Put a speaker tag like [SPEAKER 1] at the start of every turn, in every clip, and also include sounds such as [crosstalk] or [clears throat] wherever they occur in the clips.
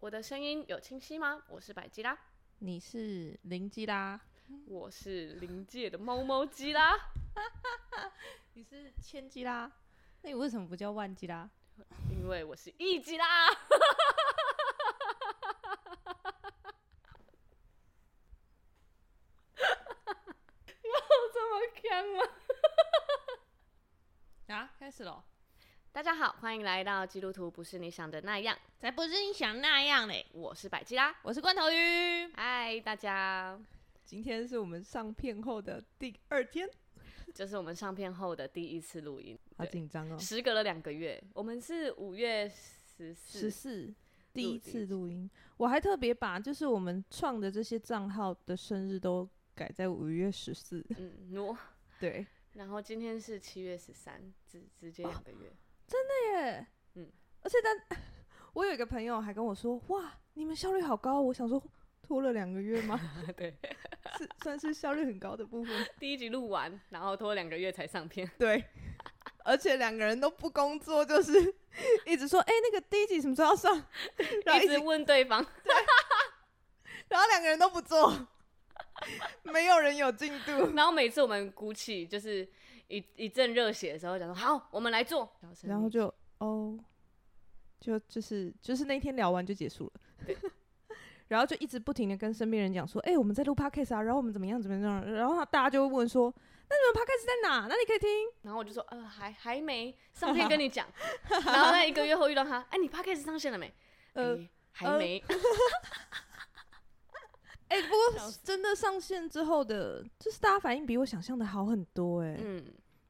[SPEAKER 1] 我的声音有清晰吗？我是百吉拉，
[SPEAKER 2] 你是零基啦，
[SPEAKER 1] 我是临界的猫猫鸡啦，
[SPEAKER 2] 你是千基啦，那你为什么不叫万基啦？
[SPEAKER 1] 因为我是一吉 [laughs] 啦。要这么干吗？
[SPEAKER 2] 啊，开始喽！
[SPEAKER 1] 大家好，欢迎来到基督徒不是你想的那样，
[SPEAKER 2] 才不是你想那样嘞！
[SPEAKER 1] 我是百吉拉。
[SPEAKER 2] 我是罐头鱼。
[SPEAKER 1] 嗨，大家，
[SPEAKER 2] 今天是我们上片后的第二天，
[SPEAKER 1] 这是我们上片后的第一次录音，
[SPEAKER 2] 好紧张哦！
[SPEAKER 1] 时隔了两个月，我们是五月十四，
[SPEAKER 2] 十四第一
[SPEAKER 1] 第
[SPEAKER 2] 次
[SPEAKER 1] 一次
[SPEAKER 2] 录音，我还特别把就是我们创的这些账号的生日都改在五月十四。
[SPEAKER 1] 嗯，喏，
[SPEAKER 2] 对，
[SPEAKER 1] 然后今天是七月十三，直直接两个月，
[SPEAKER 2] 耶，
[SPEAKER 1] 嗯
[SPEAKER 2] 嗯，而且但 [laughs] 我有一个朋友还跟我说，哇，你们效率好高哦。我想说，拖了两个月吗？
[SPEAKER 1] [laughs] 对，
[SPEAKER 2] 是算是效率很高的部分。
[SPEAKER 1] 第一集录完，然后拖两个月才上 [laughs] 片，
[SPEAKER 2] [laughs] 对， [laughs] 而且两个人都不工作，就是 [laughs] 一直说，哎、那个第一集什么时候要上？然后
[SPEAKER 1] 一
[SPEAKER 2] 一
[SPEAKER 1] 直
[SPEAKER 2] 直，
[SPEAKER 1] 问对方， [laughs]
[SPEAKER 2] 然后两个人都不做， [laughs] 没有人有进度。
[SPEAKER 1] 然后每次我们鼓起就是一一阵热血的时候，讲说好，我们来做，然后生
[SPEAKER 2] 然后
[SPEAKER 1] 命
[SPEAKER 2] 就哦，就就是就是那天聊完就结束了。然后就一直不停的跟身边人讲说，哎、我们在录 podcast 啊，然后我们怎么样怎么样，然后大家就会问说，那你们 podcast 在哪？哪里可以听？
[SPEAKER 1] 然后我就说呃还还没上片跟你
[SPEAKER 2] [laughs]
[SPEAKER 1] 讲，然后在一个月后遇到他，哎，你 podcast 上线了没？
[SPEAKER 2] 呃，
[SPEAKER 1] 诶还
[SPEAKER 2] 呃
[SPEAKER 1] 没，
[SPEAKER 2] 哎、不过真的上线之后的，就是大家反应比我想象的好很多、哎、
[SPEAKER 1] 嗯，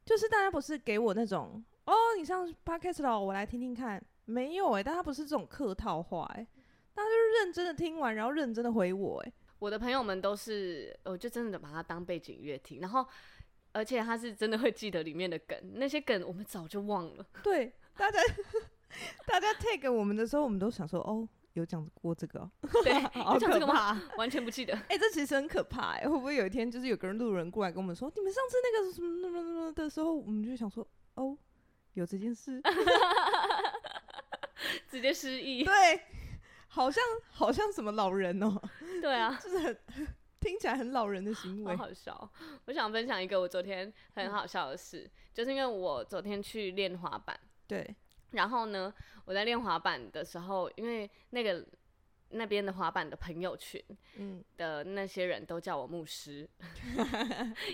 [SPEAKER 2] 就是大家不是给我那种，哦，你上 podcast 了，我来听听看，没有哎、大家不是这种客套话哎、大家就是认真的听完，然后认真的回我哎、
[SPEAKER 1] 我的朋友们都是，我就真的把它当背景乐听，然后而且他是真的会记得里面的梗，那些梗我们早就忘了。
[SPEAKER 2] 对，大家 [laughs] 大家 tag 我们的时候，我们都想说，哦，有讲过这个、哦，
[SPEAKER 1] [laughs] 对，
[SPEAKER 2] 好
[SPEAKER 1] 你讲这个
[SPEAKER 2] 可
[SPEAKER 1] 吗？
[SPEAKER 2] 怕！
[SPEAKER 1] [laughs] 完全不记得。
[SPEAKER 2] 哎、这其实很可怕、哎，会不会有一天就是有个人路人过来跟我们说，你们上次那个什么什么什么的时候，我们就想说，哦，有这件事，
[SPEAKER 1] 直接失忆。
[SPEAKER 2] 对，好像好像什么老人哦、 [laughs]
[SPEAKER 1] 对啊，
[SPEAKER 2] 就是很听起来很老人的行
[SPEAKER 1] 好
[SPEAKER 2] 为。
[SPEAKER 1] 好笑哦。我想分享一个我昨天很好笑的事，就是因为我昨天去练滑板，
[SPEAKER 2] 对，
[SPEAKER 1] 然后呢，我在练滑板的时候，因为那个那边的滑板的朋友群，
[SPEAKER 2] 嗯，
[SPEAKER 1] 的那些人都叫我牧 [laughs] 师，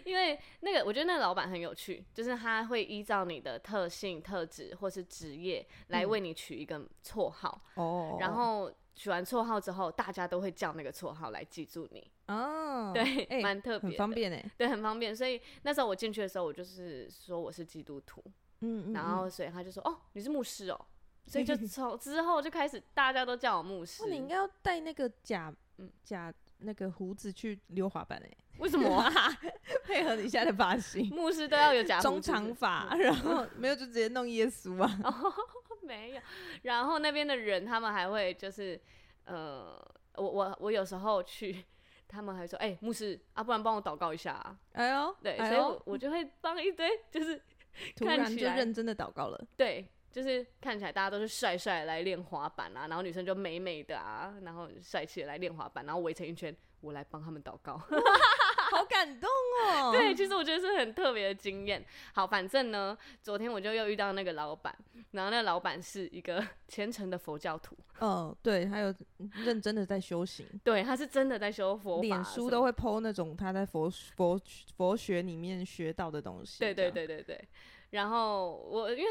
[SPEAKER 1] 因为那个我觉得那个老板很有趣，就是他会依照你的特性、特质或是职业来为你取一个绰号，
[SPEAKER 2] 哦
[SPEAKER 1] 然后取完绰号之后，大家都会叫那个绰号来记住你，
[SPEAKER 2] 啊，
[SPEAKER 1] 对，
[SPEAKER 2] 哎
[SPEAKER 1] 蛮、特别，
[SPEAKER 2] 很方，便哎、
[SPEAKER 1] 对，很方便。所以那时候我进去的时候，我就是说我是基督徒，
[SPEAKER 2] 嗯嗯，
[SPEAKER 1] 然后所以他就说哦，你是牧师哦，所以
[SPEAKER 2] [laughs]
[SPEAKER 1] 就从之后就开始大家都叫我牧师
[SPEAKER 2] 那，你应该要戴那个假
[SPEAKER 1] 嗯
[SPEAKER 2] 假那个胡子去溜滑板哎、
[SPEAKER 1] 为什么啊、
[SPEAKER 2] [laughs]
[SPEAKER 1] [laughs]
[SPEAKER 2] 配合你现在的发型，
[SPEAKER 1] 牧师都要有 [laughs] 假胡
[SPEAKER 2] 中
[SPEAKER 1] 子是不是嗯
[SPEAKER 2] 长发，然后没有就直接弄耶稣啊，
[SPEAKER 1] [laughs] 没有。然后那边的人，他们还会就是，呃，我我我有时候去，他们还说，哎、牧师啊，不然帮我祷告一下、啊。
[SPEAKER 2] 哎呦，
[SPEAKER 1] 对，
[SPEAKER 2] 哎
[SPEAKER 1] 所以
[SPEAKER 2] 呦
[SPEAKER 1] 我，我就会帮一堆，就是
[SPEAKER 2] 突
[SPEAKER 1] 看
[SPEAKER 2] 然
[SPEAKER 1] 起
[SPEAKER 2] 就
[SPEAKER 1] 来
[SPEAKER 2] 认真的祷告了，
[SPEAKER 1] 对，就是看起来大家都是帅帅的来练滑板啊，然后女生就美美的啊，然后帅气的来练滑板，然后围成一圈，我来帮他们祷告。
[SPEAKER 2] 哦好感动哦，
[SPEAKER 1] [laughs] 对，其实我觉得是很特别的经验。好，反正呢，昨天我就又遇到那个老板，然后那个老板是一个 [laughs] 虔诚的佛教徒，
[SPEAKER 2] 嗯，对，还有认真的在修行，
[SPEAKER 1] 对，他是真的在修佛法，
[SPEAKER 2] 脸书
[SPEAKER 1] 什
[SPEAKER 2] 都
[SPEAKER 1] 么
[SPEAKER 2] 会 PO 那种他在佛佛佛学里面学到的东西，
[SPEAKER 1] 对对
[SPEAKER 2] 这
[SPEAKER 1] 对
[SPEAKER 2] 样，
[SPEAKER 1] 对对。然后我因为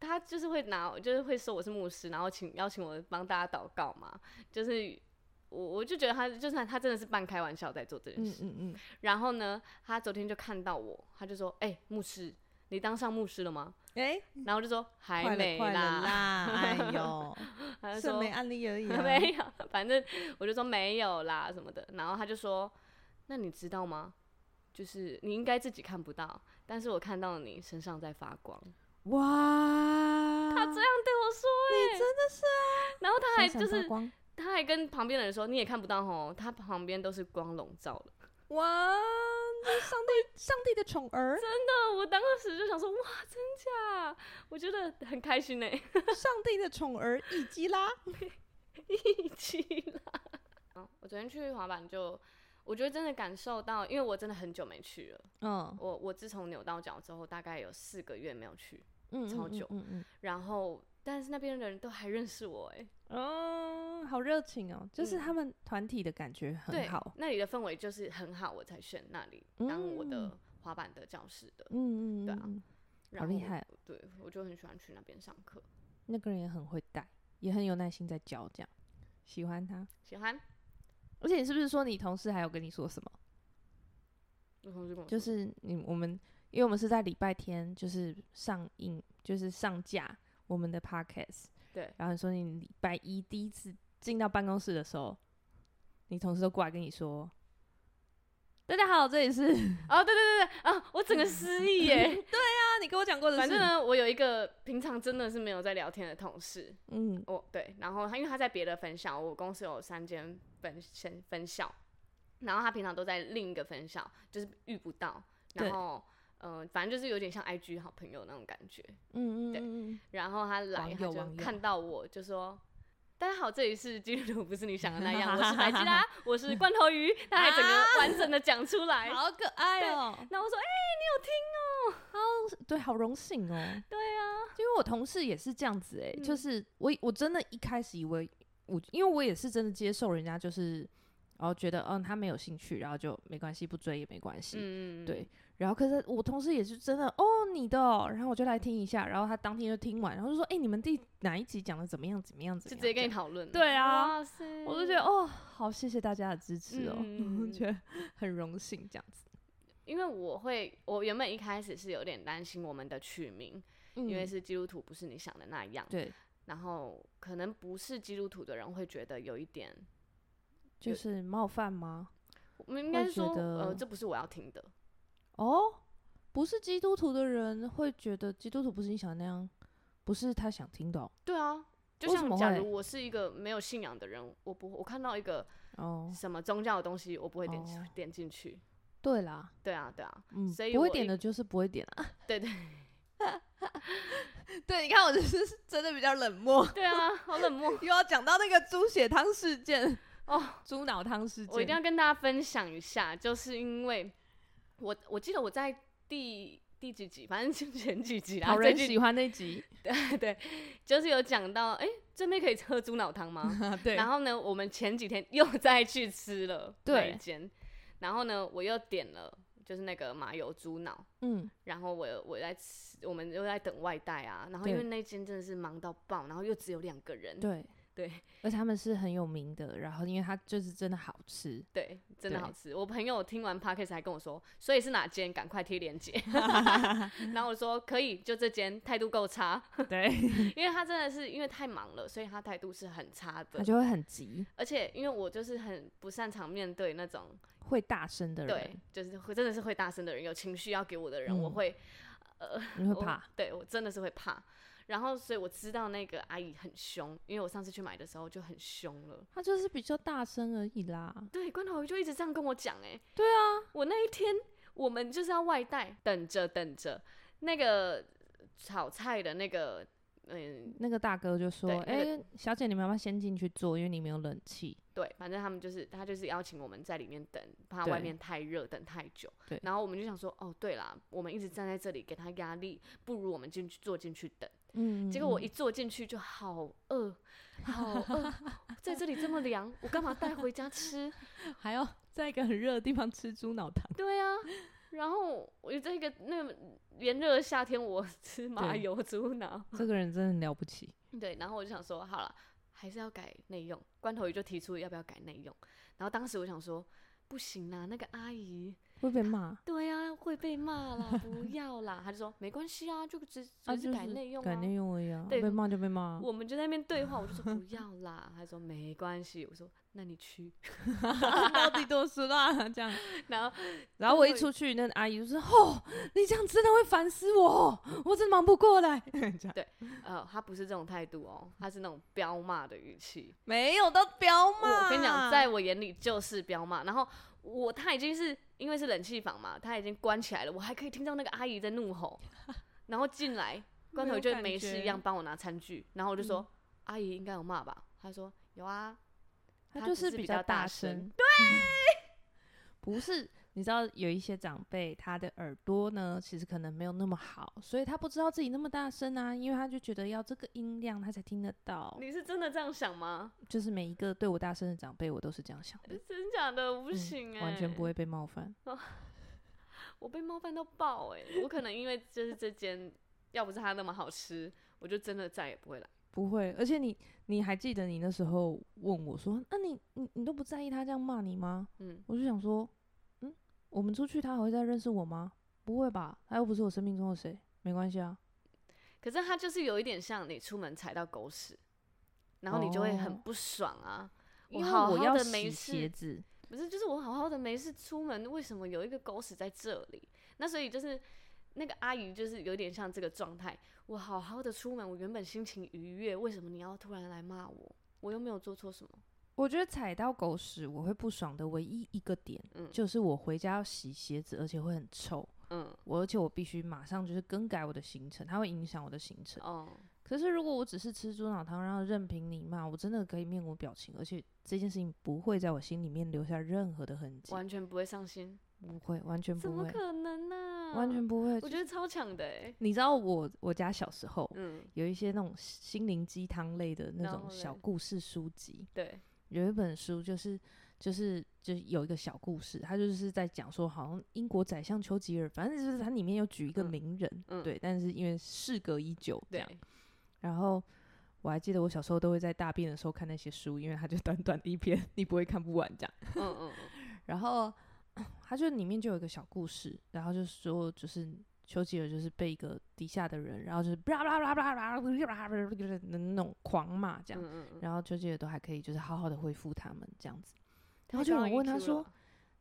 [SPEAKER 1] 他他就是会拿，就是会说我是牧师，然后请邀请我帮大家祷告嘛，就是。我我就觉得他就算他真的是半开玩笑在做这件
[SPEAKER 2] 嗯
[SPEAKER 1] 事，
[SPEAKER 2] 嗯嗯，
[SPEAKER 1] 然后呢，他昨天就看到我，他就说：“哎、牧师，你当上牧师了吗
[SPEAKER 2] 哎、？”
[SPEAKER 1] 然后我就说：“还
[SPEAKER 2] 快
[SPEAKER 1] 没
[SPEAKER 2] 了快了
[SPEAKER 1] 啦。
[SPEAKER 2] 啦，
[SPEAKER 1] [laughs]
[SPEAKER 2] 哎呦，
[SPEAKER 1] 他就
[SPEAKER 2] 剩
[SPEAKER 1] 说
[SPEAKER 2] 没案例而已、啊，
[SPEAKER 1] [laughs] 没有，反正我就说没有啦什么的，然后他就说，那你知道吗？就是你应该自己看不到，但是我看到你身上在发光。
[SPEAKER 2] 哇，
[SPEAKER 1] [laughs] 他这样对我说、
[SPEAKER 2] 你
[SPEAKER 1] 欸，
[SPEAKER 2] 真的是
[SPEAKER 1] 然后他还
[SPEAKER 2] 闪
[SPEAKER 1] 就
[SPEAKER 2] 闪发
[SPEAKER 1] 是 [laughs]
[SPEAKER 2] 光
[SPEAKER 1] 他还跟旁边的人说，你也看不到吼，他旁边都是光笼罩了。
[SPEAKER 2] 哇，这是上帝 [laughs] 上帝的宠儿，
[SPEAKER 1] [laughs] 那我当时就想说，哇，真假？我觉得很开心呢、欸
[SPEAKER 2] 上帝的宠儿一基拉，
[SPEAKER 1] 一 [laughs] 起啦。嗯我昨天去滑板就，我觉得真的感受到，因为我真的很久没去了。
[SPEAKER 2] 嗯
[SPEAKER 1] 我我自从扭到脚之后，大概有四个月没有去，
[SPEAKER 2] 嗯，
[SPEAKER 1] 超久
[SPEAKER 2] 嗯嗯，
[SPEAKER 1] 然后但是那边的人都还认识我、欸，
[SPEAKER 2] 嗯哦，好热情哦，就是
[SPEAKER 1] 嗯
[SPEAKER 2] 他们团体的感觉很
[SPEAKER 1] 对
[SPEAKER 2] 好，，
[SPEAKER 1] 那里的氛围就是很好，我才选那里当我的滑板的教室的。
[SPEAKER 2] 嗯嗯，
[SPEAKER 1] 对啊
[SPEAKER 2] 嗯，嗯
[SPEAKER 1] 然
[SPEAKER 2] 好
[SPEAKER 1] 后
[SPEAKER 2] 厉害哦，
[SPEAKER 1] 对，我就很喜欢去那边上课，
[SPEAKER 2] 那个人也很会带，也很有耐心在教，这样喜欢他。
[SPEAKER 1] 喜欢。
[SPEAKER 2] 而且你是不是说你同事还有跟你说什么？
[SPEAKER 1] 我同事跟我
[SPEAKER 2] 就
[SPEAKER 1] 说
[SPEAKER 2] 是你我们，因为我们是在礼拜天就是上映，就是上架我们的 podcast。
[SPEAKER 1] 对
[SPEAKER 2] 然后你说你礼拜一第一次进到办公室的时候，你同事都过来跟你说：“大家好，这里是……
[SPEAKER 1] 哦，对对对对 [laughs] 啊，我整个失忆 [laughs] 耶。
[SPEAKER 2] 啊，你跟我讲过的
[SPEAKER 1] 反正呢，我有一个平常真的是没有在聊天的同事，
[SPEAKER 2] 嗯
[SPEAKER 1] 哦，对，然后他因为他在别的分校，我公司有三间分分分校，然后他平常都在另一个分校，就是遇不到，
[SPEAKER 2] 对
[SPEAKER 1] 然后嗯、呃反正就是有点像 IG 好朋友那种感觉。
[SPEAKER 2] 嗯嗯
[SPEAKER 1] 对
[SPEAKER 2] 嗯，
[SPEAKER 1] 然后他
[SPEAKER 2] 网
[SPEAKER 1] 来，他
[SPEAKER 2] 友
[SPEAKER 1] 就
[SPEAKER 2] 网友
[SPEAKER 1] 看到我就说。大家好，这里是基督徒，不是你想的那样。我是白吉
[SPEAKER 2] [laughs]
[SPEAKER 1] 拉，啊我是罐头鱼。他还整个完整的讲出来。
[SPEAKER 2] 啊好可爱哦、
[SPEAKER 1] 那我说，哎、
[SPEAKER 2] 对，好荣幸哦、
[SPEAKER 1] 对啊，
[SPEAKER 2] 因为我同事也是这样子哎、
[SPEAKER 1] 嗯
[SPEAKER 2] 就是我我真的一开始以为我，因为我也是真的接受人家就是，然后觉得嗯他没有兴趣，然后就没关系，不追也没关系，
[SPEAKER 1] 嗯，
[SPEAKER 2] 对。然后可是我同事也是真的哦你的哦、然后我就来听一下，然后他当天就听完，然后就说哎、你们第哪一集讲的怎么样怎么样怎
[SPEAKER 1] 就
[SPEAKER 2] 么样，
[SPEAKER 1] 直接跟你
[SPEAKER 2] 这样
[SPEAKER 1] 讨论了。
[SPEAKER 2] 对啊
[SPEAKER 1] 哇塞，
[SPEAKER 2] 我就觉得哦好谢谢大家的支持哦，
[SPEAKER 1] 嗯嗯嗯嗯
[SPEAKER 2] [laughs] 我觉得很荣幸这样子，
[SPEAKER 1] 因为我会，我原本一开始是有点担心我们的取名，因为
[SPEAKER 2] 嗯
[SPEAKER 1] 是基督徒，不是你想的那样。
[SPEAKER 2] 对，
[SPEAKER 1] 然后可能不是基督徒的人会觉得有一点，
[SPEAKER 2] 就
[SPEAKER 1] 有
[SPEAKER 2] 是冒犯吗？
[SPEAKER 1] 我们应该
[SPEAKER 2] 会
[SPEAKER 1] 是说，
[SPEAKER 2] 觉得
[SPEAKER 1] 呃，这不是我要听的。
[SPEAKER 2] 哦，不是基督徒的人会觉得基督徒不是你想的那样，不是他想听的哦。
[SPEAKER 1] 对啊，就
[SPEAKER 2] 为什么
[SPEAKER 1] 像假
[SPEAKER 2] 会
[SPEAKER 1] 如我是一个没有信仰的人，我不我看到一个
[SPEAKER 2] 哦
[SPEAKER 1] 什么宗教的东西，我不会点进、
[SPEAKER 2] 哦
[SPEAKER 1] 点进去。
[SPEAKER 2] 对啦，
[SPEAKER 1] 对啊，对
[SPEAKER 2] [laughs]
[SPEAKER 1] 啊，
[SPEAKER 2] 嗯，
[SPEAKER 1] 所以
[SPEAKER 2] 不会
[SPEAKER 1] 我
[SPEAKER 2] 点
[SPEAKER 1] 一
[SPEAKER 2] 的就是不会点啊。
[SPEAKER 1] 对对
[SPEAKER 2] [laughs] 对，你看我就是 [laughs] 真的比较冷漠，
[SPEAKER 1] 对啊，好冷
[SPEAKER 2] [laughs]
[SPEAKER 1] 漠。
[SPEAKER 2] 又要讲到那个猪血汤事件
[SPEAKER 1] [laughs] 哦，
[SPEAKER 2] 猪脑汤事件，
[SPEAKER 1] 我一定要跟大家分享一下，就是因为我我记得我在第第几集，反正就 [laughs] 前几集啦，
[SPEAKER 2] 讨
[SPEAKER 1] 啊最
[SPEAKER 2] 人
[SPEAKER 1] 近
[SPEAKER 2] 喜欢那
[SPEAKER 1] [laughs]
[SPEAKER 2] 集，
[SPEAKER 1] 对，就是有讲到，哎、这边可以喝猪脑汤吗？
[SPEAKER 2] [laughs] 啊对
[SPEAKER 1] 然后呢，我们前几天 [laughs] 又再去吃了那
[SPEAKER 2] 对
[SPEAKER 1] 一间，然后呢，我又点了就是那个麻油猪脑，
[SPEAKER 2] 嗯，
[SPEAKER 1] 然后我有我在吃，我们又在等外带啊，然后因
[SPEAKER 2] 对
[SPEAKER 1] 为那间真的是忙到爆，然后又只有两个人，
[SPEAKER 2] 对
[SPEAKER 1] 嗯对。
[SPEAKER 2] 而且他们是很有名的，然后因为它就是真的好
[SPEAKER 1] [laughs]
[SPEAKER 2] 吃，
[SPEAKER 1] 对，真的
[SPEAKER 2] 对
[SPEAKER 1] 好吃。我朋友听完 podcast 还跟我说，所以是哪间，赶快贴链
[SPEAKER 2] [laughs]
[SPEAKER 1] 接。 [laughs] 然后我说可以，就这间，态度够差， [laughs]
[SPEAKER 2] 对，
[SPEAKER 1] 因为他真的是因为太忙了，所以他态度是很差
[SPEAKER 2] 他
[SPEAKER 1] 的。
[SPEAKER 2] 就会很急，
[SPEAKER 1] 而且因为我就是很不擅长面对那种
[SPEAKER 2] 会大声的
[SPEAKER 1] 对
[SPEAKER 2] 人，，
[SPEAKER 1] 就是会真的是会大声的人，有情绪要给我的人，我
[SPEAKER 2] 嗯
[SPEAKER 1] 会
[SPEAKER 2] 你会
[SPEAKER 1] 我
[SPEAKER 2] 怕，
[SPEAKER 1] 对我真的是会怕。然后所以我知道那个阿姨很凶，因为我上次去买的时候就很凶了。
[SPEAKER 2] 他就是比较大声而已啦。
[SPEAKER 1] 对，关头鱼就一直这样跟我讲，哎，
[SPEAKER 2] 对啊，
[SPEAKER 1] 我那一天我们就是要外带，等着等着，那个炒菜的那个，嗯，
[SPEAKER 2] 那个大哥就说
[SPEAKER 1] 对：“
[SPEAKER 2] 哎、
[SPEAKER 1] 那
[SPEAKER 2] 小姐，你们要不要先进去坐？因为你没有冷气。
[SPEAKER 1] 对，反正他们就是他就是邀请我们在里面等，怕外
[SPEAKER 2] 对
[SPEAKER 1] 面太热，等太久。
[SPEAKER 2] 对
[SPEAKER 1] 然后我们就想说，哦，对啦，我们一直站在这里给他压力，不如我们进去坐进去等。”
[SPEAKER 2] 嗯
[SPEAKER 1] 结果我一坐进去就好饿，好饿，在这里这么凉，我干嘛带回家吃？
[SPEAKER 2] [laughs]
[SPEAKER 1] [laughs]
[SPEAKER 2] 还要在一个很热的地方吃猪脑汤，
[SPEAKER 1] 对啊，然后我在一个那个炎热的夏天，我 [laughs] 吃麻
[SPEAKER 2] 对
[SPEAKER 1] 油猪脑。
[SPEAKER 2] [laughs] 这个人真的很了不起。
[SPEAKER 1] 对，然后我就想说，好了，还是要改内用。关头鱼就提出要不要改内用，然后当时我想说，不行啦，那个阿姨，
[SPEAKER 2] [laughs] 会被骂，
[SPEAKER 1] 对啊，会被骂啦，
[SPEAKER 2] [laughs]
[SPEAKER 1] 不要啦。他就说没关系啊，就只
[SPEAKER 2] 啊
[SPEAKER 1] 只是
[SPEAKER 2] 就
[SPEAKER 1] 改
[SPEAKER 2] 是
[SPEAKER 1] 内用啊。
[SPEAKER 2] 改内用而已啊，
[SPEAKER 1] 对
[SPEAKER 2] 被骂就被骂啊。
[SPEAKER 1] 我们就在那边对话，我就
[SPEAKER 2] [laughs]
[SPEAKER 1] 说不要啦，他说没关系，我说那你去，
[SPEAKER 2] 到底多失啊？这样，
[SPEAKER 1] 然后
[SPEAKER 2] [laughs] 然后我一出去，那阿姨就说：“哦，你这样真的会烦死我哦，我真忙不过来。”这样
[SPEAKER 1] 呃，他不是这种态度哦，他是那种彪骂的语气，
[SPEAKER 2] 没有到彪骂。
[SPEAKER 1] 我跟你讲，在我眼里就是彪骂。然后我他已经是因为是冷气房嘛，他已经关起来了，我还可以听到那个阿姨在怒
[SPEAKER 2] [laughs]
[SPEAKER 1] 吼，然后进
[SPEAKER 2] 嗯
[SPEAKER 1] 来，关头就没事一样帮我拿餐具，然后我就说、阿姨应该有骂吧，他说有啊，
[SPEAKER 2] 他
[SPEAKER 1] 他
[SPEAKER 2] 就
[SPEAKER 1] 只是
[SPEAKER 2] 比
[SPEAKER 1] 比
[SPEAKER 2] 较
[SPEAKER 1] 较大
[SPEAKER 2] 声
[SPEAKER 1] 声。 [laughs]
[SPEAKER 2] 对，不是，你知道有一些长辈他的耳朵呢，其实可能没有那么好，所以他不知道自己那么大声啊，因为他就觉得要这个音量他才听得到。
[SPEAKER 1] 你是真的这样想吗？
[SPEAKER 2] 就是每一个对我大声的长辈，我都是这样想的，
[SPEAKER 1] 真假的哎我不
[SPEAKER 2] 嗯
[SPEAKER 1] 行哎、
[SPEAKER 2] 完全不会，被冒犯。
[SPEAKER 1] 我被冒犯到爆哎、我可能因为就是这间，要不是它那么好吃，我就真的再也不会来。
[SPEAKER 2] 不会，而且你你还记得你那时候问我说，那、你你你都不在意他这样骂你吗？
[SPEAKER 1] 嗯，
[SPEAKER 2] 我就想说，嗯，我们出去他还会再认识我吗？不会吧，他又不是我生命中的谁，没关系啊。
[SPEAKER 1] 可是它就是有一点像你出门踩到狗屎，然后你就会很
[SPEAKER 2] 哦
[SPEAKER 1] 不爽啊。
[SPEAKER 2] 因
[SPEAKER 1] 我
[SPEAKER 2] 为
[SPEAKER 1] 好
[SPEAKER 2] 我
[SPEAKER 1] 好
[SPEAKER 2] 要
[SPEAKER 1] 的没事
[SPEAKER 2] 洗鞋子，
[SPEAKER 1] 不是，就是我好好的没事出门，为什么有一个狗屎在这里？那所以就是那个阿姨就是有点像这个状态。我好好的出门，我原本心情愉悦，为什么你要突然来骂我？我又没有做错什么。
[SPEAKER 2] 我觉得踩到狗屎我会不爽的唯一一个点，
[SPEAKER 1] 嗯
[SPEAKER 2] 就是我回家要洗鞋子，而且会很臭，
[SPEAKER 1] 嗯，
[SPEAKER 2] 我而且我必须马上就是更改我的行程，它会影响我的行程。
[SPEAKER 1] 哦，
[SPEAKER 2] 可是如果我只是吃猪脑汤，然后任凭你骂，我真的可以面无表情，而且这件事情不会在我心里面留下任何的痕迹，
[SPEAKER 1] 完全不会上心，
[SPEAKER 2] 不会，完全
[SPEAKER 1] 怎
[SPEAKER 2] 不
[SPEAKER 1] 么
[SPEAKER 2] 会，
[SPEAKER 1] 可能呢、
[SPEAKER 2] 完全，不会。
[SPEAKER 1] 我
[SPEAKER 2] 就
[SPEAKER 1] 觉得超强的哎、
[SPEAKER 2] 你知道我我家小时候
[SPEAKER 1] 嗯，
[SPEAKER 2] 有一些那种心灵鸡汤类的那
[SPEAKER 1] 然
[SPEAKER 2] 种
[SPEAKER 1] 后
[SPEAKER 2] 小
[SPEAKER 1] 嘞
[SPEAKER 2] 故事书籍，
[SPEAKER 1] 对，
[SPEAKER 2] 有一本书就是就是就是有一个小故事，他就是在讲说，好像英国宰相丘吉尔，反正就是它里面有举一个
[SPEAKER 1] 嗯
[SPEAKER 2] 名人，
[SPEAKER 1] 嗯
[SPEAKER 2] 对，但是因为事隔已久，这样。
[SPEAKER 1] 对，
[SPEAKER 2] 然后我还记得我小时候都会在大便的时候看那些书，因为它就短短的一篇，你不会看不完这样。
[SPEAKER 1] 嗯嗯
[SPEAKER 2] 然后 [clears throat] 它就里面就有一个小故事，然后就说就是丘吉尔就是被一个底下的人，然后就是啦啦啦啦啦啦的那种狂骂这
[SPEAKER 1] 嗯嗯
[SPEAKER 2] 样，
[SPEAKER 1] 嗯嗯，
[SPEAKER 2] 然后丘吉尔都还可以就是好好的回复他们这样子。然
[SPEAKER 1] 太
[SPEAKER 2] 后就有
[SPEAKER 1] 高
[SPEAKER 2] 人问
[SPEAKER 1] EQ
[SPEAKER 2] 他说
[SPEAKER 1] 了，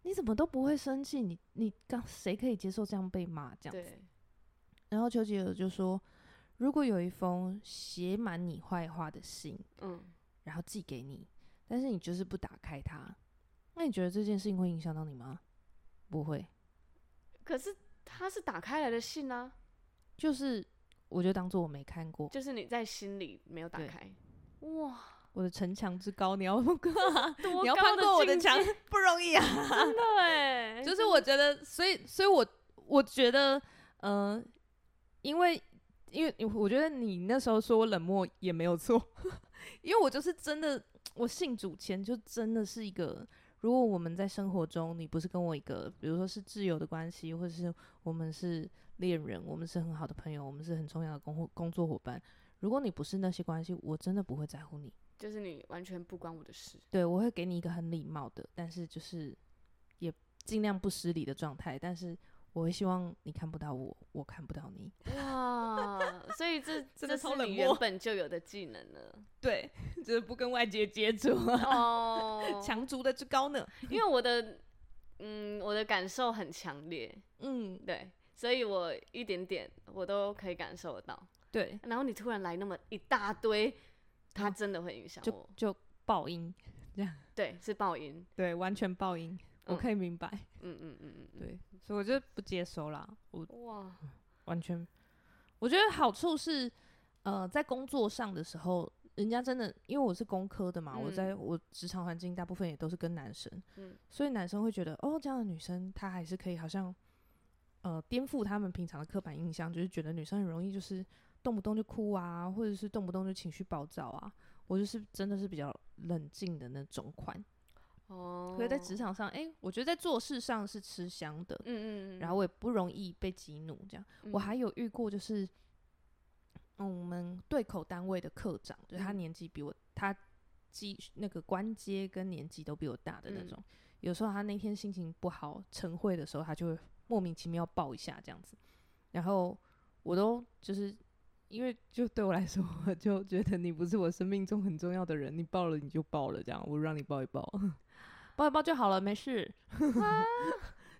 [SPEAKER 2] 你怎么都不会生气？你你刚谁可以接受这样被骂这样子？
[SPEAKER 1] 对，
[SPEAKER 2] 然后丘吉尔就说，如果有一封写满你坏话的信，
[SPEAKER 1] 嗯，
[SPEAKER 2] 然后寄给你，但是你就是不打开它，那你觉得这件事情会影响到你吗？不会，
[SPEAKER 1] 可是他是打开来的信啊，
[SPEAKER 2] 就是我就当做我没看过。
[SPEAKER 1] 就是你在心里没有打
[SPEAKER 2] 对
[SPEAKER 1] 开，哇。
[SPEAKER 2] 我的城墙之高，你要 [laughs] 你
[SPEAKER 1] 多
[SPEAKER 2] 要
[SPEAKER 1] 高
[SPEAKER 2] 攀过我啊的
[SPEAKER 1] 境
[SPEAKER 2] 墙
[SPEAKER 1] 界
[SPEAKER 2] 不容易啊。
[SPEAKER 1] 真的哎，
[SPEAKER 2] [laughs] 就是我觉得，所以，所以我我觉得，呃，因为因为我觉得你那时候说我冷漠也没有错， [laughs] 因为我就是真的，我信主前就真的是一个。如果我们在生活中，你不是跟我一个，比如说是挚友的关系，或者是我们是恋人，我们是很好的朋友，我们是很重要的工工作伙伴。如果你不是那些关系，我真的不会在乎你。
[SPEAKER 1] 就是你完全不关我的事，
[SPEAKER 2] 对，我会给你一个很礼貌的，但是就是也尽量不失礼的状态，但是我会希望你看不到我，我看不到你。
[SPEAKER 1] 哇！所以这
[SPEAKER 2] 真
[SPEAKER 1] 这
[SPEAKER 2] 的超
[SPEAKER 1] 是
[SPEAKER 2] 冷
[SPEAKER 1] 你
[SPEAKER 2] 漠
[SPEAKER 1] 原本就有的技能了
[SPEAKER 2] [laughs] 对， [laughs] 就是不跟外界接触，啊
[SPEAKER 1] 哦。
[SPEAKER 2] [laughs] 强足的之高呢。
[SPEAKER 1] [laughs] 因为我的嗯，我的感受很强烈，
[SPEAKER 2] 嗯，
[SPEAKER 1] 对，所以我一点点我都可以感受得到。
[SPEAKER 2] 对，
[SPEAKER 1] 然后你突然来那么一大堆，它真的会影响
[SPEAKER 2] 哦就
[SPEAKER 1] 我。
[SPEAKER 2] 就爆音，
[SPEAKER 1] 对，是爆音。
[SPEAKER 2] 对，完全爆音，我
[SPEAKER 1] 嗯
[SPEAKER 2] 可以明白。
[SPEAKER 1] 嗯嗯嗯嗯嗯，
[SPEAKER 2] 对，所以我就不接收啦，我
[SPEAKER 1] 哇，
[SPEAKER 2] 完全，我觉得好处是，呃，在工作上的时候，人家真的，因为我是工科的嘛，我
[SPEAKER 1] 嗯
[SPEAKER 2] 在我职场环境大部分也都是跟男生，
[SPEAKER 1] 嗯
[SPEAKER 2] 所以男生会觉得，哦，这样的女生她还是可以，好像，呃，颠覆他们平常的刻板印象，就是觉得女生很容易就是动不动就哭啊，或者是动不动就情绪暴躁啊。我就是真的是比较冷静的那种款，
[SPEAKER 1] 哦，
[SPEAKER 2] 可是在职场上，哎、我觉得在做事上是吃香的，
[SPEAKER 1] 嗯，嗯嗯嗯，
[SPEAKER 2] 然后我也不容易被激怒，这样。
[SPEAKER 1] 嗯
[SPEAKER 2] 我还有遇过，就是，嗯，我们对口单位的科长，就是他
[SPEAKER 1] 嗯
[SPEAKER 2] 年纪比我，他级那个官阶跟年纪都比我大的那
[SPEAKER 1] 嗯
[SPEAKER 2] 种。有时候他那天心情不好，晨会的时候，他就会莫名其妙爆一下这样子。然后我都就是因为就对我来说，我就觉得你不是我生命中很重要的人，你爆了你就爆了，这样我让你爆一 [laughs] 爆，爆一爆就好了，没事。啊 [laughs]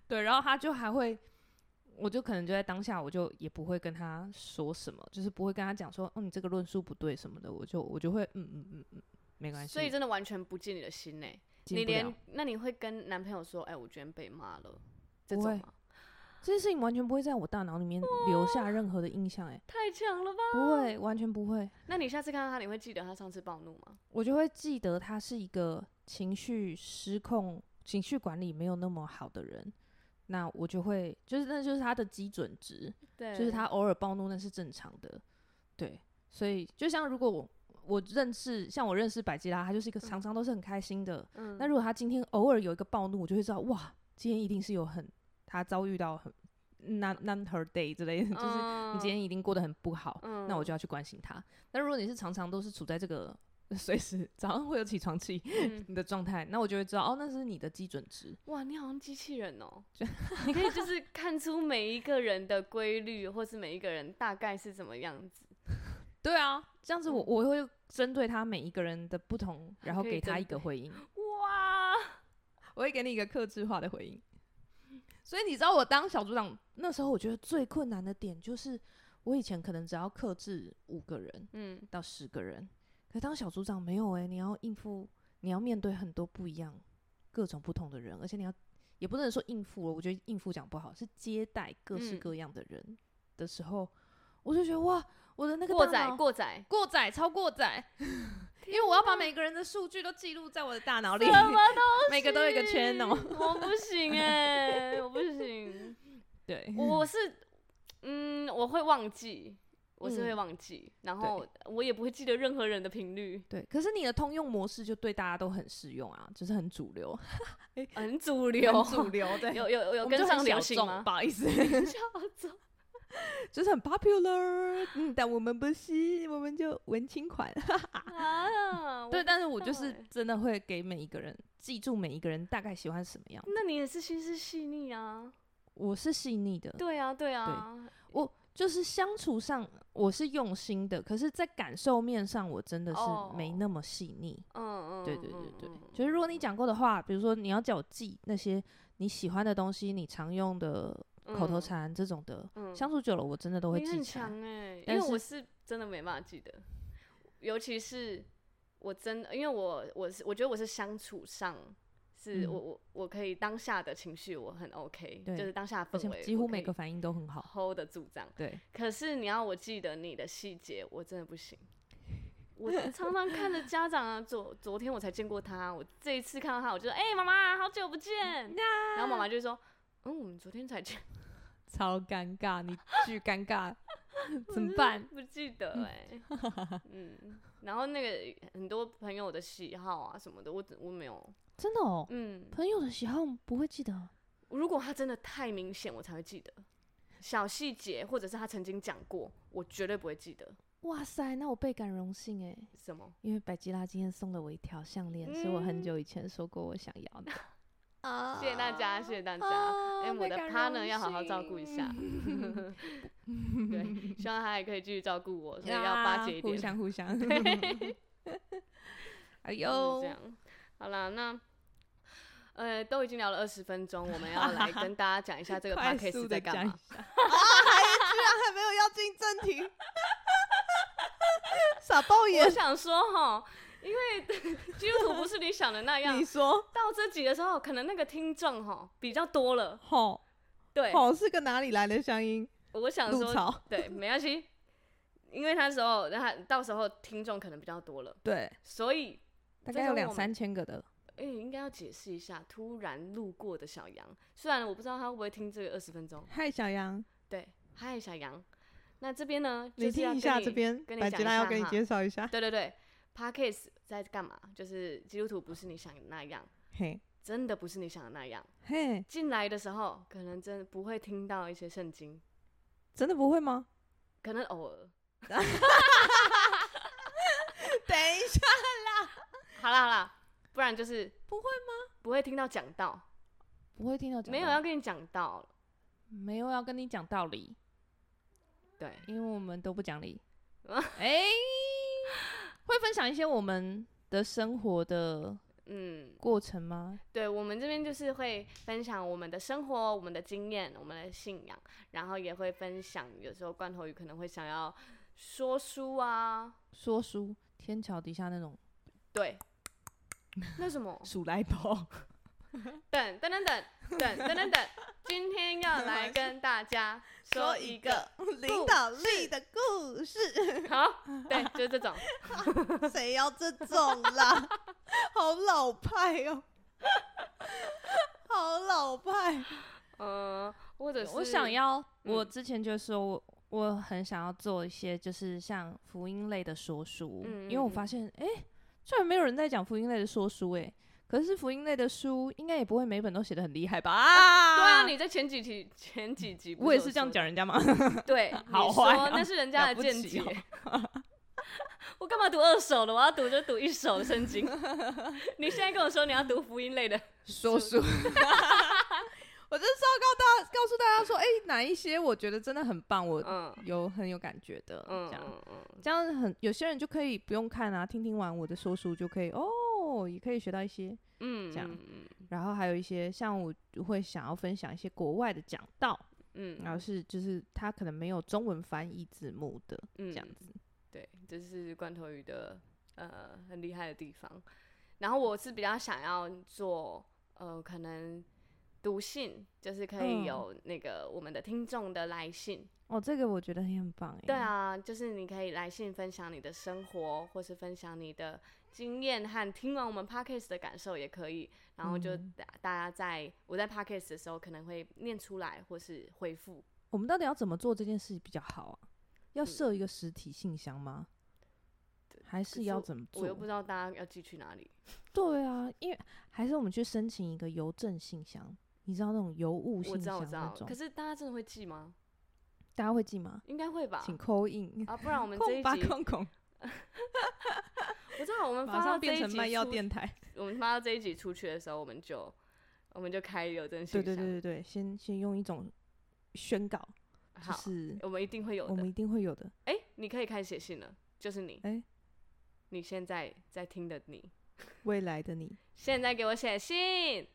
[SPEAKER 2] 对，然后他就还会，我就可能就在当下，我就也不会跟他说什么，就是不会跟他讲说，哦，你这个论述不对什么的，我就我就会，嗯嗯嗯嗯，没关系，
[SPEAKER 1] 所以真的完全不进你的心内。
[SPEAKER 2] 进
[SPEAKER 1] 你
[SPEAKER 2] 不了
[SPEAKER 1] 连那你会跟男朋友说，哎、我昨天被骂了，这
[SPEAKER 2] 不
[SPEAKER 1] 种
[SPEAKER 2] 会
[SPEAKER 1] 吗？
[SPEAKER 2] 这件事情完全不会在我大脑里面留下任何的印象、欸，哎，
[SPEAKER 1] 太强了吧？
[SPEAKER 2] 不会，完全不会。
[SPEAKER 1] 那你下次看到他，你会记得他上次暴怒吗？
[SPEAKER 2] 我就会记得他是一个情绪失控、情绪管理没有那么好的人，那我就会就是那就是他的基准值，
[SPEAKER 1] 对
[SPEAKER 2] 就是他偶尔暴怒那是正常的，对。所以就像如果我我认识像我认识百吉拉，他就是一个常常都是很开心的，
[SPEAKER 1] 嗯
[SPEAKER 2] 那如果他今天偶尔有一个暴怒，我就会知道哇，今天一定是有很他遭遇到很 not not her day 之类的，就是你今天一定过得很不好，
[SPEAKER 1] 嗯
[SPEAKER 2] 那我就要去关心他。那如果你是常常都是处在这个 [laughs] 随时早上会有起床气
[SPEAKER 1] 嗯
[SPEAKER 2] 你的状态，那我就会知道哦，那是你的基准值。
[SPEAKER 1] 哇，你好像机器人
[SPEAKER 2] [laughs]
[SPEAKER 1] 哦，你可以就是看出每一个人的规律，或是每一个人大概是怎么样子，
[SPEAKER 2] 对啊，这样子我我会针对他每一个人的不同，然后
[SPEAKER 1] 可以
[SPEAKER 2] 给他
[SPEAKER 1] 针
[SPEAKER 2] 一个
[SPEAKER 1] 对
[SPEAKER 2] 回应，
[SPEAKER 1] 哇，
[SPEAKER 2] [laughs] 我会给你一个克制化的回应。所以你知道我当小组长那时候，我觉得最困难的点就是，我以前可能只要克制五个人，
[SPEAKER 1] 嗯，
[SPEAKER 2] 到十个人，可当小组长没有欸诶、你要应付，你要面对很多不一样、各种不同的人，而且你要也不能说应付了，我觉得应付讲不好，是接待各式
[SPEAKER 1] 嗯
[SPEAKER 2] 各样的人的时候，我就觉得哇，我的那个
[SPEAKER 1] 过
[SPEAKER 2] 大
[SPEAKER 1] 载
[SPEAKER 2] 脑
[SPEAKER 1] 过载，
[SPEAKER 2] 过载超过载， [laughs] 因为我要把每个人的数据都记录在我的大脑里，
[SPEAKER 1] 什 [laughs] 么东西？
[SPEAKER 2] 每个都有一个哦 channel，
[SPEAKER 1] 哦 [laughs] 我不行哎、我不行，
[SPEAKER 2] [laughs] 对，
[SPEAKER 1] 我是嗯，我会忘记。我是会
[SPEAKER 2] 嗯
[SPEAKER 1] 忘记，然后我也不会记得任何人的频率，
[SPEAKER 2] 对，可是你的通用模式就对大家都很适用啊，就是很主流，
[SPEAKER 1] 很主流，
[SPEAKER 2] 很主 [laughs] 流，对，
[SPEAKER 1] 有有有
[SPEAKER 2] 我们就
[SPEAKER 1] 跟
[SPEAKER 2] 很
[SPEAKER 1] 上流
[SPEAKER 2] 小
[SPEAKER 1] 行
[SPEAKER 2] 众
[SPEAKER 1] 吗
[SPEAKER 2] 不？好
[SPEAKER 1] [laughs]
[SPEAKER 2] 意思， [laughs]
[SPEAKER 1] 小众
[SPEAKER 2] 就是很 popular，嗯，但我们不是，我们就文青
[SPEAKER 1] [laughs]
[SPEAKER 2] 款。
[SPEAKER 1] 啊，
[SPEAKER 2] 对，
[SPEAKER 1] 我
[SPEAKER 2] 但是我就
[SPEAKER 1] 道
[SPEAKER 2] 是
[SPEAKER 1] 欸
[SPEAKER 2] 真的会给每一个人记住每一个人大概喜欢什么样。
[SPEAKER 1] 那你也是心思细腻啊。
[SPEAKER 2] 我是细腻的，
[SPEAKER 1] 对啊，对啊，
[SPEAKER 2] 我就是相处上我是用心的，可是，在感受面上我真的是没
[SPEAKER 1] 哦
[SPEAKER 2] 那么细腻。
[SPEAKER 1] 嗯嗯，
[SPEAKER 2] 对对对
[SPEAKER 1] 嗯
[SPEAKER 2] 对
[SPEAKER 1] 嗯，
[SPEAKER 2] 就是如果你讲过的话，比如说你要叫我记那些你喜欢的东西，你常用的口头
[SPEAKER 1] 嗯
[SPEAKER 2] 禅这种的，
[SPEAKER 1] 嗯
[SPEAKER 2] 相处久了我真的都会
[SPEAKER 1] 你
[SPEAKER 2] 记
[SPEAKER 1] 很
[SPEAKER 2] 起来。
[SPEAKER 1] 强哎、因
[SPEAKER 2] 但
[SPEAKER 1] 为我是真的没办法记得，尤其是我真的，因为我我是我觉得我是相处上。是
[SPEAKER 2] 嗯
[SPEAKER 1] 我我我可以当下的情绪我很 OK，就
[SPEAKER 2] 对
[SPEAKER 1] 是当下的
[SPEAKER 2] 而
[SPEAKER 1] 氛围
[SPEAKER 2] 且，几乎每
[SPEAKER 1] 每
[SPEAKER 2] 个反应都
[SPEAKER 1] [laughs]
[SPEAKER 2] 很好，
[SPEAKER 1] hold 得住这样。
[SPEAKER 2] 对，
[SPEAKER 1] 可是你要我记得你的细节，我真的不
[SPEAKER 2] [laughs]
[SPEAKER 1] 行。我常常看着家长啊，昨昨天我才见过他，我这一次看到他，我就说：“哎、妈妈，好久不
[SPEAKER 2] 嗯
[SPEAKER 1] 见。”然后妈妈就说：“嗯，我们昨天才见，
[SPEAKER 2] 超尴尬，你巨尴
[SPEAKER 1] [laughs]
[SPEAKER 2] 尬，
[SPEAKER 1] 我
[SPEAKER 2] 怎
[SPEAKER 1] 真
[SPEAKER 2] 么
[SPEAKER 1] 的
[SPEAKER 2] 办？
[SPEAKER 1] [laughs] 不记得哎、嗯，然后那个很多朋友的喜好啊什么的，我只我没有。
[SPEAKER 2] 真的哦，
[SPEAKER 1] 嗯，
[SPEAKER 2] 朋友的喜好不会记得，啊
[SPEAKER 1] 如果他真的太明显，我才会记得小细节，或者是他曾经讲过，我绝对不会记得
[SPEAKER 2] 哇塞，那我倍感荣幸哎，
[SPEAKER 1] 什么。
[SPEAKER 2] 因为百吉拉今天送了我一条项链，是我很久以前说过我想要的。
[SPEAKER 1] [laughs]
[SPEAKER 2] 啊
[SPEAKER 1] 嗯谢谢大家，谢谢大家。哎、
[SPEAKER 2] 哦
[SPEAKER 1] 我的 partner 要好好照顾一下。[laughs]
[SPEAKER 2] [laughs]
[SPEAKER 1] 对，希望他也可以继续照顾我，所以要巴结一点。
[SPEAKER 2] 啊互相
[SPEAKER 1] [laughs]
[SPEAKER 2] 互相。 [laughs] 哎
[SPEAKER 1] 就是
[SPEAKER 2] 呦
[SPEAKER 1] 这，样。好啦，那呃，都已经聊了二十分钟，我们要来跟大家讲一下这个
[SPEAKER 2] [laughs] 快速
[SPEAKER 1] podcast 在
[SPEAKER 2] 的
[SPEAKER 1] 干
[SPEAKER 2] 讲一
[SPEAKER 1] 嘛。 [laughs]
[SPEAKER 2] 下。啊，还居然还没有要进正题，傻爆
[SPEAKER 1] 我！想说哈，因为 [laughs] 基督徒不是你想的那样
[SPEAKER 2] 你。说，
[SPEAKER 1] 到这集的时候，可能那个听众哈比较多了。
[SPEAKER 2] 吼
[SPEAKER 1] 对，
[SPEAKER 2] 吼是个哪里来的乡音？
[SPEAKER 1] 我想
[SPEAKER 2] 吐
[SPEAKER 1] 说，
[SPEAKER 2] 槽，
[SPEAKER 1] 对，没关系，因为那时候，那他到时候听众可能比较多了，
[SPEAKER 2] 对，
[SPEAKER 1] 所以
[SPEAKER 2] 大
[SPEAKER 1] 这
[SPEAKER 2] 概有
[SPEAKER 1] 跟
[SPEAKER 2] 两
[SPEAKER 1] 我们
[SPEAKER 2] 三千个的。
[SPEAKER 1] 哎、应该要解释一下，突然路过的小杨，虽然我不知道他会不会听这个二十分钟。
[SPEAKER 2] 嗨，小杨，
[SPEAKER 1] 对，嗨，小杨。那这边呢，就
[SPEAKER 2] 你
[SPEAKER 1] 是要
[SPEAKER 2] 听一
[SPEAKER 1] 跟
[SPEAKER 2] 下
[SPEAKER 1] 你
[SPEAKER 2] 这。边，
[SPEAKER 1] 跟你
[SPEAKER 2] 百
[SPEAKER 1] 讲
[SPEAKER 2] 吉
[SPEAKER 1] 一
[SPEAKER 2] 拉要
[SPEAKER 1] 下
[SPEAKER 2] 跟你
[SPEAKER 1] 哈
[SPEAKER 2] 介绍一下。
[SPEAKER 1] 对对对 p a r k a s 在干嘛？就是基督徒不是你想的那样，
[SPEAKER 2] 嘿，
[SPEAKER 1] 真的不是你想的那样。
[SPEAKER 2] 嘿，
[SPEAKER 1] 进来的时候，可能真的不会听到一些圣经，
[SPEAKER 2] 真的不
[SPEAKER 1] [laughs]
[SPEAKER 2] 会吗？
[SPEAKER 1] 可能偶尔。
[SPEAKER 2] 等一下，
[SPEAKER 1] 好啦好啦，不然就是
[SPEAKER 2] 不会
[SPEAKER 1] 不会听到讲道，
[SPEAKER 2] 不会听到讲
[SPEAKER 1] 没有啊
[SPEAKER 2] 道
[SPEAKER 1] 要
[SPEAKER 2] 理
[SPEAKER 1] 跟你讲道。
[SPEAKER 2] 没有要跟你讲道理，
[SPEAKER 1] 对，
[SPEAKER 2] 因为我们都不讲
[SPEAKER 1] [laughs]
[SPEAKER 2] 理。
[SPEAKER 1] 啊
[SPEAKER 2] 哎、会分享一些我们的生活的
[SPEAKER 1] 嗯，
[SPEAKER 2] 过程吗？
[SPEAKER 1] 对我们这边就是会分享我们的生活、我们的经验、我们的信仰，然后也会分享有时候罐头鱼可能会想要说书啊，
[SPEAKER 2] 说书，
[SPEAKER 3] [laughs]
[SPEAKER 2] 天桥底下那种
[SPEAKER 1] 对，那什么
[SPEAKER 2] 鼠来宝，
[SPEAKER 1] 等等等等等等等等，今天要来跟大家说一个
[SPEAKER 3] 领导力的故
[SPEAKER 4] [laughs]
[SPEAKER 3] 事，
[SPEAKER 1] 好，对，就是这种。
[SPEAKER 3] 谁要这种
[SPEAKER 4] [laughs]
[SPEAKER 3] 啦？好老派哦，好老派。
[SPEAKER 1] 呃，或者是
[SPEAKER 4] 我想要，我
[SPEAKER 1] 嗯
[SPEAKER 4] 之前就说我我很想要做一些就是像福音类的说书，
[SPEAKER 1] 嗯嗯
[SPEAKER 4] 因为我
[SPEAKER 1] 嗯
[SPEAKER 4] 发现哎、诶居然没有人在讲福音类的说书哎、诶可是福音类的书应该也不会每本都写的很厉害吧？啊
[SPEAKER 1] 对啊，你在前几集前几集不
[SPEAKER 4] 我也
[SPEAKER 1] 有
[SPEAKER 4] 是这样
[SPEAKER 1] 说
[SPEAKER 4] 讲人家嘛，
[SPEAKER 1] 的，对，
[SPEAKER 4] 好坏
[SPEAKER 1] 你说
[SPEAKER 4] 啊
[SPEAKER 1] 那是人家
[SPEAKER 4] 了
[SPEAKER 1] 的
[SPEAKER 4] 不
[SPEAKER 1] 见
[SPEAKER 4] 起
[SPEAKER 1] 解
[SPEAKER 4] 哦。
[SPEAKER 1] 我干嘛读二手的？我要读就读一手的圣经。你现在跟我说你要读福音类的，
[SPEAKER 2] 说书。 [laughs] 我就是要告大告诉大家说，哎、哪一些我觉得真的很棒，我
[SPEAKER 1] 嗯
[SPEAKER 2] 有很有感觉的，
[SPEAKER 1] 嗯
[SPEAKER 2] 这样
[SPEAKER 1] 嗯嗯，
[SPEAKER 2] 这样很有些人就可以不用看啊，听听完我的说书就可以哦，也可以学到一些。
[SPEAKER 1] 嗯，
[SPEAKER 2] 这样
[SPEAKER 1] 嗯
[SPEAKER 2] 然后还有一些像我会想要分享一些国外的讲道，
[SPEAKER 1] 嗯，
[SPEAKER 2] 然后是就是他可能没有中文翻译字幕的
[SPEAKER 1] 这
[SPEAKER 2] 这样子。
[SPEAKER 1] 对，这是罐头鱼的呃很厉害的地方。然后我是比较想要做呃可能读信，就是可以
[SPEAKER 4] 嗯
[SPEAKER 1] 有那个我们的听众的来信，
[SPEAKER 2] 嗯
[SPEAKER 4] 哦，这个我觉得也很棒哎、
[SPEAKER 1] 对，啊，就是你可以来信分享你的生活，或是分享你的经验和听完我们 podcast 的感受也可以。然后就
[SPEAKER 2] 嗯
[SPEAKER 1] 大大家在我在 podcast 的时候可能会念出来，或是回复。
[SPEAKER 2] 我们到底要怎么做这件事比较好啊？
[SPEAKER 1] 嗯
[SPEAKER 2] 要设一个实体信箱吗？还
[SPEAKER 1] 可
[SPEAKER 2] 是
[SPEAKER 1] 是
[SPEAKER 2] 要怎么做
[SPEAKER 1] 我又？不知道大家要寄去哪里。
[SPEAKER 2] 对啊，因为还是我们去申请一个邮政信箱，你知道那种邮物
[SPEAKER 1] 我
[SPEAKER 2] 信
[SPEAKER 1] 知道，
[SPEAKER 2] 箱
[SPEAKER 1] 我知
[SPEAKER 2] 那
[SPEAKER 1] 道。
[SPEAKER 2] 种
[SPEAKER 1] 可，是大家真的会寄吗？
[SPEAKER 2] 大家会记吗？
[SPEAKER 1] 应该会吧。
[SPEAKER 2] 请扣 [laughs] 印。
[SPEAKER 1] 啊，不然我们这
[SPEAKER 2] 空
[SPEAKER 1] 一
[SPEAKER 2] 吧
[SPEAKER 1] 集，
[SPEAKER 2] 空空，
[SPEAKER 1] 我知道我们
[SPEAKER 2] 马
[SPEAKER 1] 发到
[SPEAKER 2] 上
[SPEAKER 1] 这
[SPEAKER 2] 变
[SPEAKER 1] 一
[SPEAKER 2] 成
[SPEAKER 1] 集
[SPEAKER 2] 卖药
[SPEAKER 1] 出，
[SPEAKER 2] 电台。
[SPEAKER 1] 我们发到这一集出去的时候，我们就我们就开邮政信
[SPEAKER 2] 对
[SPEAKER 1] 箱。
[SPEAKER 2] 对对对对，先先用一种宣告，就
[SPEAKER 1] 好，
[SPEAKER 2] 是
[SPEAKER 1] 我们一定会有
[SPEAKER 2] 我
[SPEAKER 1] 的。
[SPEAKER 2] 们一定会有的。
[SPEAKER 1] 哎、你可以开始写信了，就是你。
[SPEAKER 2] 哎
[SPEAKER 1] 你现在在听的你，
[SPEAKER 2] 未来的你，
[SPEAKER 1] 现在给我写信。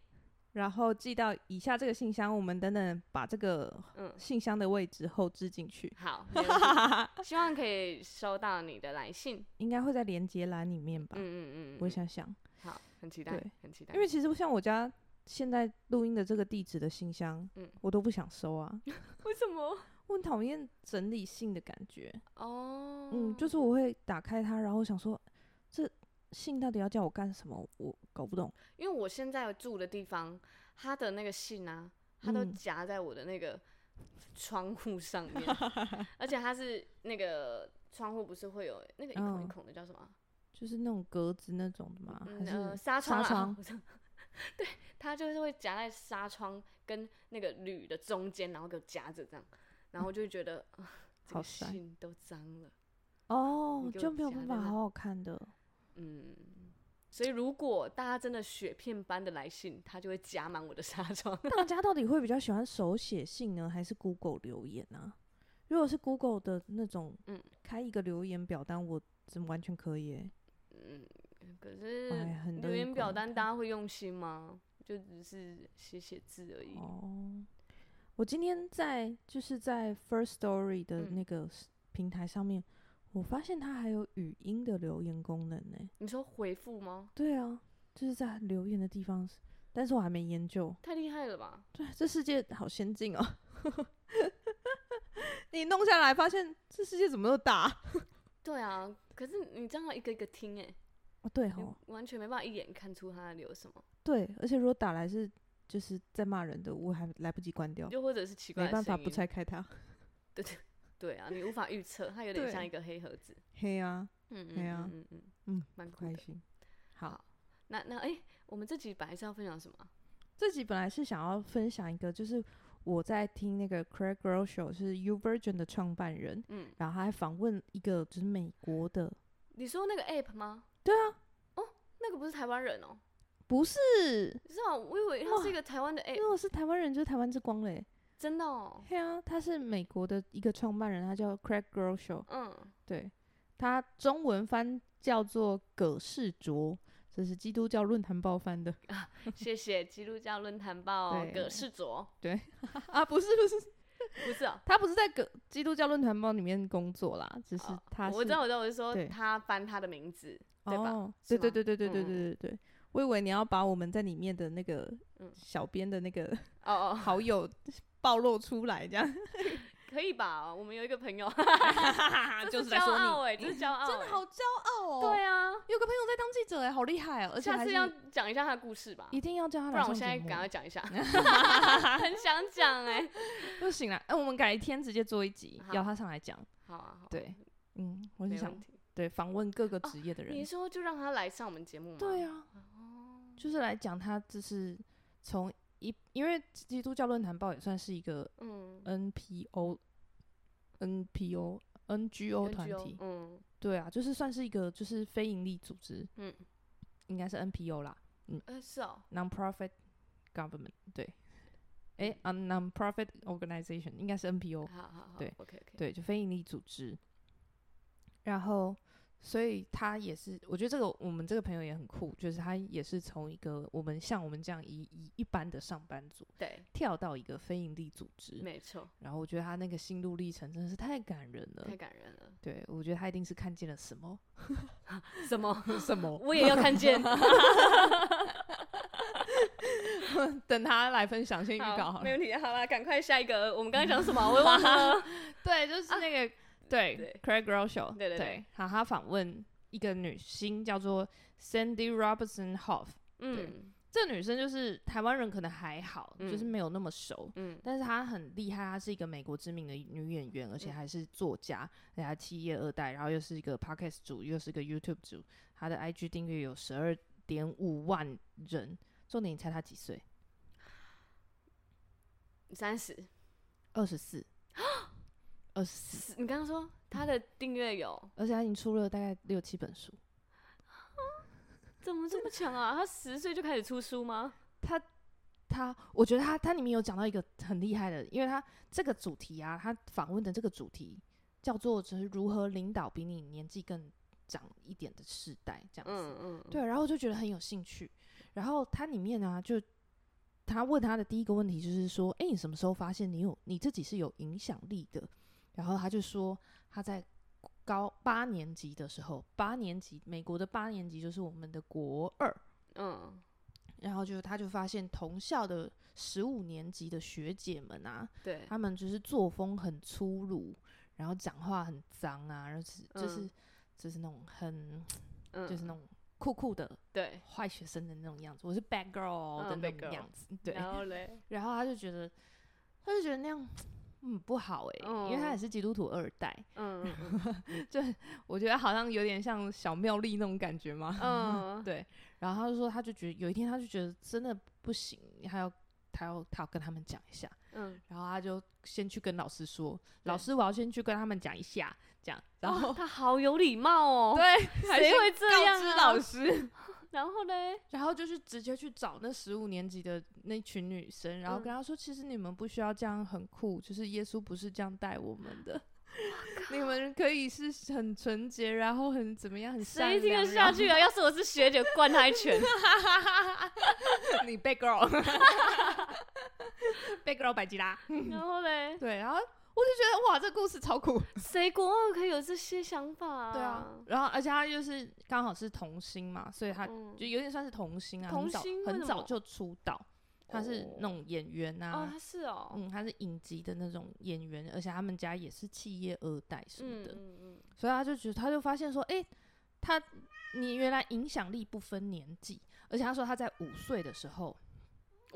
[SPEAKER 2] 然后寄到以下这个信箱，我们等等把这个
[SPEAKER 1] 嗯，
[SPEAKER 2] 信箱的位置后置进去，
[SPEAKER 1] 好，没问
[SPEAKER 2] [laughs]
[SPEAKER 1] 题希望可以收到你的来信。
[SPEAKER 2] 应该会在连接栏里面吧？
[SPEAKER 1] 嗯嗯嗯，嗯
[SPEAKER 2] 我想想，
[SPEAKER 1] 好，很期待
[SPEAKER 2] 对，
[SPEAKER 1] 很期待。
[SPEAKER 2] 因为 [laughs] 其实像我家现在录音的这个地址的信箱，
[SPEAKER 1] 嗯
[SPEAKER 2] 我都不想收
[SPEAKER 1] [laughs]
[SPEAKER 2] 啊，
[SPEAKER 1] 为什么？
[SPEAKER 2] 我很讨厌整理信的感觉。
[SPEAKER 1] 哦，
[SPEAKER 2] 嗯，就是我会打开它，然后想说这信到底要叫我干什么，我搞不懂。
[SPEAKER 1] 因为我现在住的地方，他的那个信啊，他都
[SPEAKER 2] 嗯
[SPEAKER 1] 夹在我的那个窗户上
[SPEAKER 2] [laughs]
[SPEAKER 1] 面，而且它是那个窗户不是会有那个一孔一
[SPEAKER 2] 嗯
[SPEAKER 1] 孔的叫什么啊？
[SPEAKER 2] 就是那种格子那种的嘛，哦还
[SPEAKER 1] 嗯，呃，
[SPEAKER 2] 是
[SPEAKER 1] 纱窗
[SPEAKER 2] 纱
[SPEAKER 1] 啊
[SPEAKER 2] 窗，
[SPEAKER 1] 我说 [laughs] 对，它就是会夹在纱窗跟那个铝的中间，然后给我夹着这样，然后就会觉得、啊这
[SPEAKER 2] 好
[SPEAKER 1] 个
[SPEAKER 2] 塞
[SPEAKER 1] 信都脏了，
[SPEAKER 2] 哦
[SPEAKER 1] 你，给
[SPEAKER 2] 就
[SPEAKER 1] 我
[SPEAKER 2] 没有
[SPEAKER 1] 夹
[SPEAKER 2] 办
[SPEAKER 1] 在
[SPEAKER 2] 法
[SPEAKER 1] 那
[SPEAKER 2] 好好看的。
[SPEAKER 1] 嗯。所以，如果大家真的雪片般的来信，它就会夹满我的纱窗。
[SPEAKER 2] 大家到底会比较喜欢手写信呢，还是 Google 留言啊？如果是 Google 的那种，
[SPEAKER 1] 嗯
[SPEAKER 2] 开一个留言表单，我真完全可以欸、
[SPEAKER 1] 可是
[SPEAKER 2] 我还哎很乐
[SPEAKER 1] 留
[SPEAKER 2] 意
[SPEAKER 1] 言表
[SPEAKER 2] 管
[SPEAKER 1] 单，
[SPEAKER 2] 它
[SPEAKER 1] 大家会用心吗？就只是写写字而已。
[SPEAKER 2] 哦，我今天在就是在 First Story 的
[SPEAKER 1] 嗯
[SPEAKER 2] 那个 s- 平台上面，我发现它还有语音的留言功能呢、
[SPEAKER 1] 你说回复吗？
[SPEAKER 2] 对啊，就是在留言的地方，但是我还没研究。
[SPEAKER 1] 太厉害了吧！
[SPEAKER 2] 对，这世界好先进哦。 [laughs] 你弄下来发现这世界怎么那么大啊、
[SPEAKER 1] 对啊，可是你这样一个一个听、欸，哎，
[SPEAKER 2] 哦，对
[SPEAKER 1] 你
[SPEAKER 2] 哦，
[SPEAKER 1] 完全没办法一眼看出他在留什么。
[SPEAKER 2] 对，而且如果打来是就是在骂人的，我还来不及关掉，
[SPEAKER 1] 又或者是奇怪
[SPEAKER 2] 哦
[SPEAKER 1] 的
[SPEAKER 2] 没办法
[SPEAKER 1] 声
[SPEAKER 2] 不
[SPEAKER 1] 音
[SPEAKER 2] 拆开它。
[SPEAKER 1] 对啊，你无法预测，它有点
[SPEAKER 2] 对
[SPEAKER 1] 像一个黑盒子。
[SPEAKER 2] 嘿啊，
[SPEAKER 1] 嗯
[SPEAKER 2] 对啊
[SPEAKER 1] 嗯嗯
[SPEAKER 2] 嗯，
[SPEAKER 1] 蛮酷
[SPEAKER 2] 开
[SPEAKER 1] 的。
[SPEAKER 2] 心。
[SPEAKER 1] 好那那哎、我们这集本来是要分享什么啊？
[SPEAKER 2] 这集本来是想要分享一个，就是我在听那个 Craig Groeschel 是 U Virgin 的创办人，
[SPEAKER 1] 嗯，
[SPEAKER 2] 然后他还访问一个就是美国的，
[SPEAKER 1] 你说那个 app 吗？哦
[SPEAKER 2] 对啊，
[SPEAKER 1] 那个不是台湾人哦、
[SPEAKER 2] 不是，
[SPEAKER 1] 你知道，我以为它是一个台湾的
[SPEAKER 2] 因
[SPEAKER 1] app，
[SPEAKER 2] 为我是台湾人，就是台湾之光嘞。
[SPEAKER 1] 真的哦、
[SPEAKER 2] 嘿啊，他是美国的一个创办人，他叫 Craig Groeschel，
[SPEAKER 1] 嗯，
[SPEAKER 2] 对，他中文翻叫做葛世卓，这是基督教论坛报
[SPEAKER 1] [laughs]
[SPEAKER 2] 翻的。
[SPEAKER 1] 谢谢基督教论坛报
[SPEAKER 2] 对
[SPEAKER 1] 葛世卓，
[SPEAKER 2] 啊，不是不是，
[SPEAKER 1] 不是哦、
[SPEAKER 2] 他不是在个基督教论坛包里面工作啦，只是
[SPEAKER 1] 哦
[SPEAKER 2] 他是、
[SPEAKER 1] 我知道，我知道，我是说
[SPEAKER 2] 对
[SPEAKER 1] 他翻他的名字，对吧
[SPEAKER 2] 哦，
[SPEAKER 1] 是
[SPEAKER 2] 对对
[SPEAKER 1] 吗
[SPEAKER 2] 对对对对
[SPEAKER 1] 嗯嗯
[SPEAKER 2] 对对对，
[SPEAKER 5] 我以为你要把我们在里面的那个
[SPEAKER 1] 嗯
[SPEAKER 5] 小编的那个
[SPEAKER 1] 哦哦，
[SPEAKER 5] 好
[SPEAKER 1] [laughs]
[SPEAKER 5] 友暴露出来，这样
[SPEAKER 1] 可以吧？我们有一个朋
[SPEAKER 2] [laughs]
[SPEAKER 1] 友，这
[SPEAKER 2] 就是
[SPEAKER 1] 是
[SPEAKER 2] 在
[SPEAKER 1] 骄
[SPEAKER 2] 说
[SPEAKER 1] 傲
[SPEAKER 2] 你。
[SPEAKER 1] 哎，这是骄傲欸，
[SPEAKER 6] 真的好骄傲哦。
[SPEAKER 1] 对啊，
[SPEAKER 2] 有个朋友在当记者哎，好厉害哦！而且
[SPEAKER 1] 下
[SPEAKER 2] 还
[SPEAKER 1] 次
[SPEAKER 2] 是
[SPEAKER 1] 要讲一下他的故事吧，
[SPEAKER 2] 一定要叫他来
[SPEAKER 1] 不然我现
[SPEAKER 2] 上
[SPEAKER 1] 在
[SPEAKER 2] 节目
[SPEAKER 1] 赶快讲一下， [laughs] 很想讲哎。
[SPEAKER 2] 不行啦，哎、我们改天直接做一集，
[SPEAKER 1] 好
[SPEAKER 2] 邀他上来讲。
[SPEAKER 1] 好啊，好啊，
[SPEAKER 2] 对，嗯，我是
[SPEAKER 1] 没
[SPEAKER 2] 想
[SPEAKER 1] 问题。哦
[SPEAKER 2] 对访问各个职业的人。
[SPEAKER 1] 你说就让他来上我们节目吗？
[SPEAKER 2] 对啊，
[SPEAKER 1] 哦，
[SPEAKER 2] 就是来讲他就是从一，因为基督教论坛报也算是一个
[SPEAKER 1] 嗯
[SPEAKER 2] 呃 NPO、NPO、NGO 团
[SPEAKER 1] NGO
[SPEAKER 2] 体，
[SPEAKER 1] 嗯
[SPEAKER 2] 对啊，就是算是一个就是非营利组织，
[SPEAKER 1] 嗯，
[SPEAKER 2] 应该是 NPO 啦
[SPEAKER 1] 呃是哦，
[SPEAKER 2] ，non-profit government，对，
[SPEAKER 1] 嗯
[SPEAKER 2] 哎、啊 non-profit organization 应该是 NPO，
[SPEAKER 1] 好好好，
[SPEAKER 2] 对
[SPEAKER 1] ，OK OK，，
[SPEAKER 2] 对，就非营利组织。然后，所以他也是，我觉得这个我们这个朋友也很酷，就是他也是从一个我们像我们这样一一一般的上班族
[SPEAKER 1] 对，
[SPEAKER 2] 跳到一个非营利组织，
[SPEAKER 1] 没错，
[SPEAKER 2] 然后我觉得他那个心路历程真的是太感人了
[SPEAKER 1] 太。感人了。
[SPEAKER 2] 对，我觉得他一定是看见了什
[SPEAKER 1] [laughs]
[SPEAKER 2] 么
[SPEAKER 1] 什么？
[SPEAKER 2] 什么。
[SPEAKER 1] 我也要看
[SPEAKER 2] [laughs]
[SPEAKER 1] 见。
[SPEAKER 2] 等他来分享，先预告
[SPEAKER 1] 好，
[SPEAKER 2] 好
[SPEAKER 1] 没
[SPEAKER 2] 了。
[SPEAKER 1] 问题。好啦，赶快下一个。我们刚刚讲什
[SPEAKER 2] [laughs]
[SPEAKER 1] 么啊？我也忘了。
[SPEAKER 2] 对，就是那个、对
[SPEAKER 1] 啊对
[SPEAKER 2] Craig Groeschel，
[SPEAKER 1] 对对对
[SPEAKER 2] 好，他访问一个女星叫做 Sandy Robertson Hoff，
[SPEAKER 1] 嗯
[SPEAKER 2] 这女生就是台湾人，可能还好，
[SPEAKER 1] 嗯
[SPEAKER 2] 就是没有那么熟，
[SPEAKER 1] 嗯
[SPEAKER 2] 但是她很厉害，她是一个美国知名的女演员，
[SPEAKER 1] 嗯
[SPEAKER 2] 而且还是作家，而且她企业二代，然后又是一个 podcast 主，又是一个 YouTube 主，她的 IG 订阅有十二点五万人。重点，你猜她几岁？
[SPEAKER 1] 三十。
[SPEAKER 2] 二十
[SPEAKER 1] [gasps]
[SPEAKER 2] 四，二十四，
[SPEAKER 1] 你刚刚说他的订阅有
[SPEAKER 2] 而且她已经出了大概六七本书。
[SPEAKER 1] 怎么这么强啊？他十岁就开始出书吗？
[SPEAKER 2] 她，她，我觉得她，她里面有讲到一个很厉害的，因为她这个主题啊，她访问的这个主题叫做就是如何领导比你年纪更长一点的世代这样子。
[SPEAKER 1] 嗯嗯，
[SPEAKER 2] 对，然后我就觉得很有兴趣。然后它里面呢、就他问他的第一个问题就是说，诶，你什么时候发现你有你自己是有影响力的？然后他就说他在高八年级的时候，八年级美国的八年级就是我们的国二，
[SPEAKER 1] 嗯，
[SPEAKER 2] 然后就他就发现同校的十五年级的学姐们啊，
[SPEAKER 1] 对，
[SPEAKER 2] 她们就是作风很粗鲁，然后讲话很脏啊，然后是就是、
[SPEAKER 1] 嗯
[SPEAKER 2] 就是那种很
[SPEAKER 1] 嗯
[SPEAKER 2] 就是那种酷酷的
[SPEAKER 1] 对。
[SPEAKER 2] 坏学生的那种样子，我是 bad girl
[SPEAKER 1] 嗯
[SPEAKER 2] 的那
[SPEAKER 1] ，bad
[SPEAKER 2] 种
[SPEAKER 1] girl
[SPEAKER 2] 样子，对。
[SPEAKER 1] 然后嘞，
[SPEAKER 2] [laughs] 然后他就觉得，他就觉得那样。嗯，不好诶、因为他也
[SPEAKER 1] 嗯
[SPEAKER 2] 是基督徒二代， [laughs]
[SPEAKER 1] 嗯嗯
[SPEAKER 2] 我觉得好像有点像小妙丽那种感觉嘛。 [laughs]
[SPEAKER 1] 嗯，
[SPEAKER 2] 对，然后他就说，他就觉得有一天，他就觉得真的不行，他要他要他要跟他们讲一下，
[SPEAKER 1] 嗯，
[SPEAKER 2] 然后他就先去跟老师说，
[SPEAKER 1] 对
[SPEAKER 2] 老师，我要先去跟他们讲一下，这样，然
[SPEAKER 1] 哇
[SPEAKER 2] 后、
[SPEAKER 1] 哦他好有礼貌 [laughs] 哦。
[SPEAKER 2] 对，还
[SPEAKER 1] 谁
[SPEAKER 2] 先
[SPEAKER 1] 会这样
[SPEAKER 2] 告知
[SPEAKER 1] 啊
[SPEAKER 2] 老师，
[SPEAKER 1] [laughs] 然后
[SPEAKER 2] [laughs]
[SPEAKER 1] 嘞，
[SPEAKER 2] 然后就是直接去找那十五年级的那群女生，然后
[SPEAKER 1] 嗯
[SPEAKER 2] 跟她说，其实你们不需要这样很酷，就是耶稣不是这样带我
[SPEAKER 1] [laughs]
[SPEAKER 2] 们的。你们可以是很纯洁，然后很怎么样，很善
[SPEAKER 1] 谁听得
[SPEAKER 2] 良
[SPEAKER 1] 下？去啊？要是我是学姐，灌他一
[SPEAKER 2] [laughs]
[SPEAKER 1] 拳。
[SPEAKER 2] 然后 [laughs] 你 bad girl，bad girl 百吉拉。
[SPEAKER 1] 然后嘞，
[SPEAKER 2] 对，然后我就觉得哇，这故事超酷。
[SPEAKER 1] 谁国二可以有这些想法啊？
[SPEAKER 2] 对啊，，然后而且他就是刚好是童星嘛，所以他
[SPEAKER 1] 嗯
[SPEAKER 2] 就有点算是童星啊，
[SPEAKER 1] 童
[SPEAKER 2] 很早
[SPEAKER 1] 星为
[SPEAKER 2] 很
[SPEAKER 1] 什
[SPEAKER 2] 早
[SPEAKER 1] 么
[SPEAKER 2] 就出道，他是
[SPEAKER 1] 哦
[SPEAKER 2] 那种演员
[SPEAKER 1] 哦，
[SPEAKER 2] 啊，
[SPEAKER 1] 他是哦，
[SPEAKER 2] 嗯，他是影集的那种演员，而且他们家也是企业二代什么
[SPEAKER 1] 嗯
[SPEAKER 2] 的，
[SPEAKER 1] 嗯
[SPEAKER 2] 所以他就觉得他就发现说，诶，他你原来影响力不分年纪，而且他说他在五岁的时候，
[SPEAKER 1] 嗯，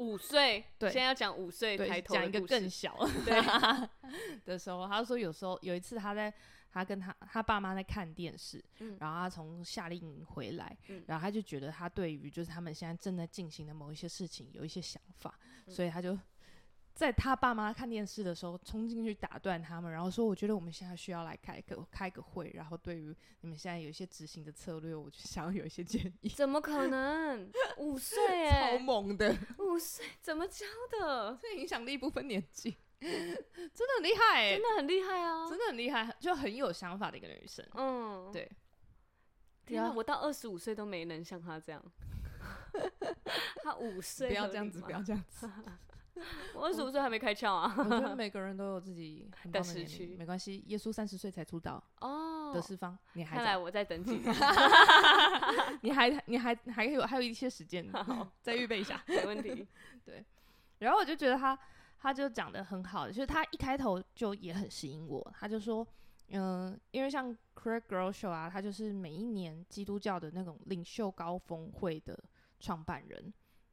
[SPEAKER 1] 五岁，
[SPEAKER 2] 对
[SPEAKER 1] 现在要讲五岁
[SPEAKER 2] 对，
[SPEAKER 1] 抬头
[SPEAKER 2] 讲一
[SPEAKER 1] 的
[SPEAKER 2] 个
[SPEAKER 1] 故
[SPEAKER 2] 更
[SPEAKER 1] [laughs] 事，
[SPEAKER 2] 小
[SPEAKER 1] 对，
[SPEAKER 2] [laughs] 的时候，他说有时候有一次他在他跟他他爸妈在看电视，
[SPEAKER 1] 嗯
[SPEAKER 2] 然后他从夏令营回来，
[SPEAKER 1] 嗯
[SPEAKER 2] 然后他就觉得他对于就是他们现在正在进行的某一些事情有一些想法，
[SPEAKER 1] 嗯
[SPEAKER 2] 所以他就。在他爸妈看电视的时候，冲进去打断他们，然后说：“我觉得我们现在需要来开个开个会，然后对于你们现在有一些执行的策略，我就想要有一些建
[SPEAKER 1] [laughs]
[SPEAKER 2] 议。
[SPEAKER 1] 怎么可能？ [laughs] 五岁”
[SPEAKER 2] 超
[SPEAKER 1] 哎，
[SPEAKER 2] 猛的，
[SPEAKER 1] 五岁怎么教的？
[SPEAKER 2] 这影响力不分年纪， [laughs] 真的很厉害、欸
[SPEAKER 1] 真，的很厉害啊！
[SPEAKER 2] 真的很厉害，就很有想法的一个女
[SPEAKER 1] [laughs]
[SPEAKER 2] 生。
[SPEAKER 1] 嗯，
[SPEAKER 2] 对。
[SPEAKER 1] 天啊，
[SPEAKER 2] 然后
[SPEAKER 1] 我到二十五岁都没能像他 [laughs] 这样。他五岁
[SPEAKER 2] 不要
[SPEAKER 1] 合
[SPEAKER 2] 这样
[SPEAKER 1] 理
[SPEAKER 2] 子，
[SPEAKER 1] 吗
[SPEAKER 2] 不要这样子。
[SPEAKER 1] [laughs] 我二十五岁还没开窍啊。
[SPEAKER 2] 我觉得每个人都有自己很棒
[SPEAKER 1] 的
[SPEAKER 2] 的
[SPEAKER 1] 时
[SPEAKER 2] 年龄
[SPEAKER 1] 区
[SPEAKER 2] 没关系。耶稣三十岁才出道，
[SPEAKER 1] [laughs] 哦，哦
[SPEAKER 2] 的四方，你还
[SPEAKER 1] 看
[SPEAKER 2] 早
[SPEAKER 1] 来我再等几年，
[SPEAKER 2] 你还你还还有还有一些时间，
[SPEAKER 1] [laughs]
[SPEAKER 2] 再预备一下。
[SPEAKER 1] 没
[SPEAKER 2] [laughs]
[SPEAKER 1] 问题。嗯
[SPEAKER 2] 然后我就觉得他他就讲的很好，就是他一开头就也很吸引我，他就说。嗯，因为像 Craig g r o s h o 啊，他就是每一年基督教的那种领袖高峰会的创办人，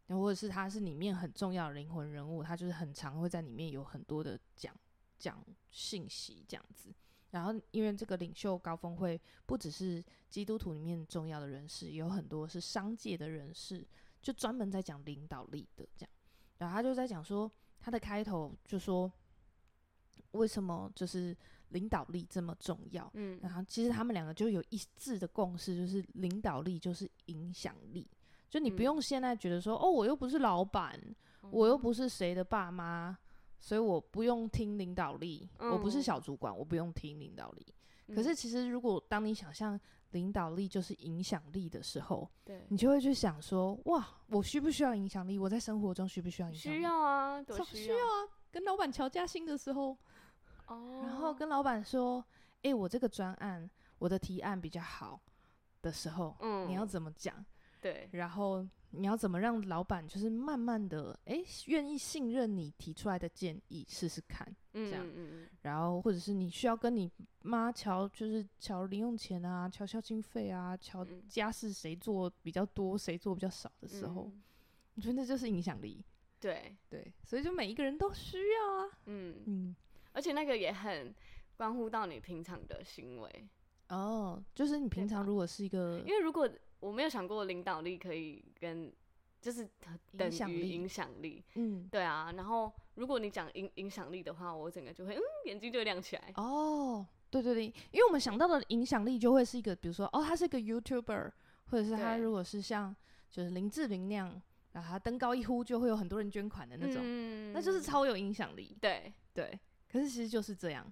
[SPEAKER 2] 然后或者是他是里面很重要的灵魂人物，他就是很常会在里面有很多的讲讲信息这样子。然后，因为这个领袖高峰会不只是基督徒里面重要的人士，也有很多是商界的人士，就专门在讲领导力的这样。然后他就在讲说，他的开头就说，为什么就是领导力这么重要？
[SPEAKER 1] 嗯，
[SPEAKER 2] 然后其实他们两个就有一致的共识，就是领导力就是影响力。就你不
[SPEAKER 1] 嗯
[SPEAKER 2] 用现在觉得说，哦，我又不是老板，我又不是谁的爸妈，所以我不用听领导力，我不是
[SPEAKER 1] 嗯
[SPEAKER 2] 小主管，我不用听领导力。
[SPEAKER 1] 嗯，
[SPEAKER 2] 可是其实如果当你想象领导力就是影响力的时候，
[SPEAKER 1] 对，
[SPEAKER 2] 你就会去想说，哇，我需不需要影响力？我在生活中需不需要影响力？
[SPEAKER 1] 需要啊，多
[SPEAKER 2] 超需要啊！跟老板调加薪的时候，
[SPEAKER 1] 哦，
[SPEAKER 2] 然后跟老板说，诶，我这个专案，我的提案比较好的时候，
[SPEAKER 1] 嗯，
[SPEAKER 2] 你要怎么讲？
[SPEAKER 1] 对，
[SPEAKER 2] 然后你要怎么让老板就是慢慢的，诶，愿意信任你提出来的建议，试试看。
[SPEAKER 1] 嗯
[SPEAKER 2] 这样
[SPEAKER 1] 嗯嗯
[SPEAKER 2] 然后或者是你需要跟你妈瞧，就是瞧零用钱啊，瞧孝经费啊，瞧
[SPEAKER 1] 嗯
[SPEAKER 2] 家事谁做比较多，谁做比较少的时候，
[SPEAKER 1] 嗯
[SPEAKER 2] 我觉得那就是影响力。
[SPEAKER 1] 对，
[SPEAKER 2] 对，所以就每一个人都需要啊。
[SPEAKER 1] 嗯，
[SPEAKER 2] 嗯，
[SPEAKER 1] 而且那个也很关乎到你平常的行为，
[SPEAKER 2] 哦，就是你平
[SPEAKER 1] 吧
[SPEAKER 2] 常如果是一个
[SPEAKER 1] 因为如果我没有想过领导力可以跟就是等
[SPEAKER 2] 影响
[SPEAKER 1] 于
[SPEAKER 2] 力
[SPEAKER 1] 影，响力，
[SPEAKER 2] 嗯，
[SPEAKER 1] 对啊，然后如果你讲影影响力的话，我整个就会嗯眼睛就会亮起来，
[SPEAKER 2] 哦，对对对，因为我们想到的影响力就会是一个，比如说哦，他是一个 YouTuber，或者是他
[SPEAKER 1] 对
[SPEAKER 2] 如果是像就是林志玲那样，然后他登高一呼就会有很多人捐款的那种，
[SPEAKER 1] 嗯
[SPEAKER 2] 那就是超有影响力。
[SPEAKER 1] 对，
[SPEAKER 2] 对，可是其实就是这样，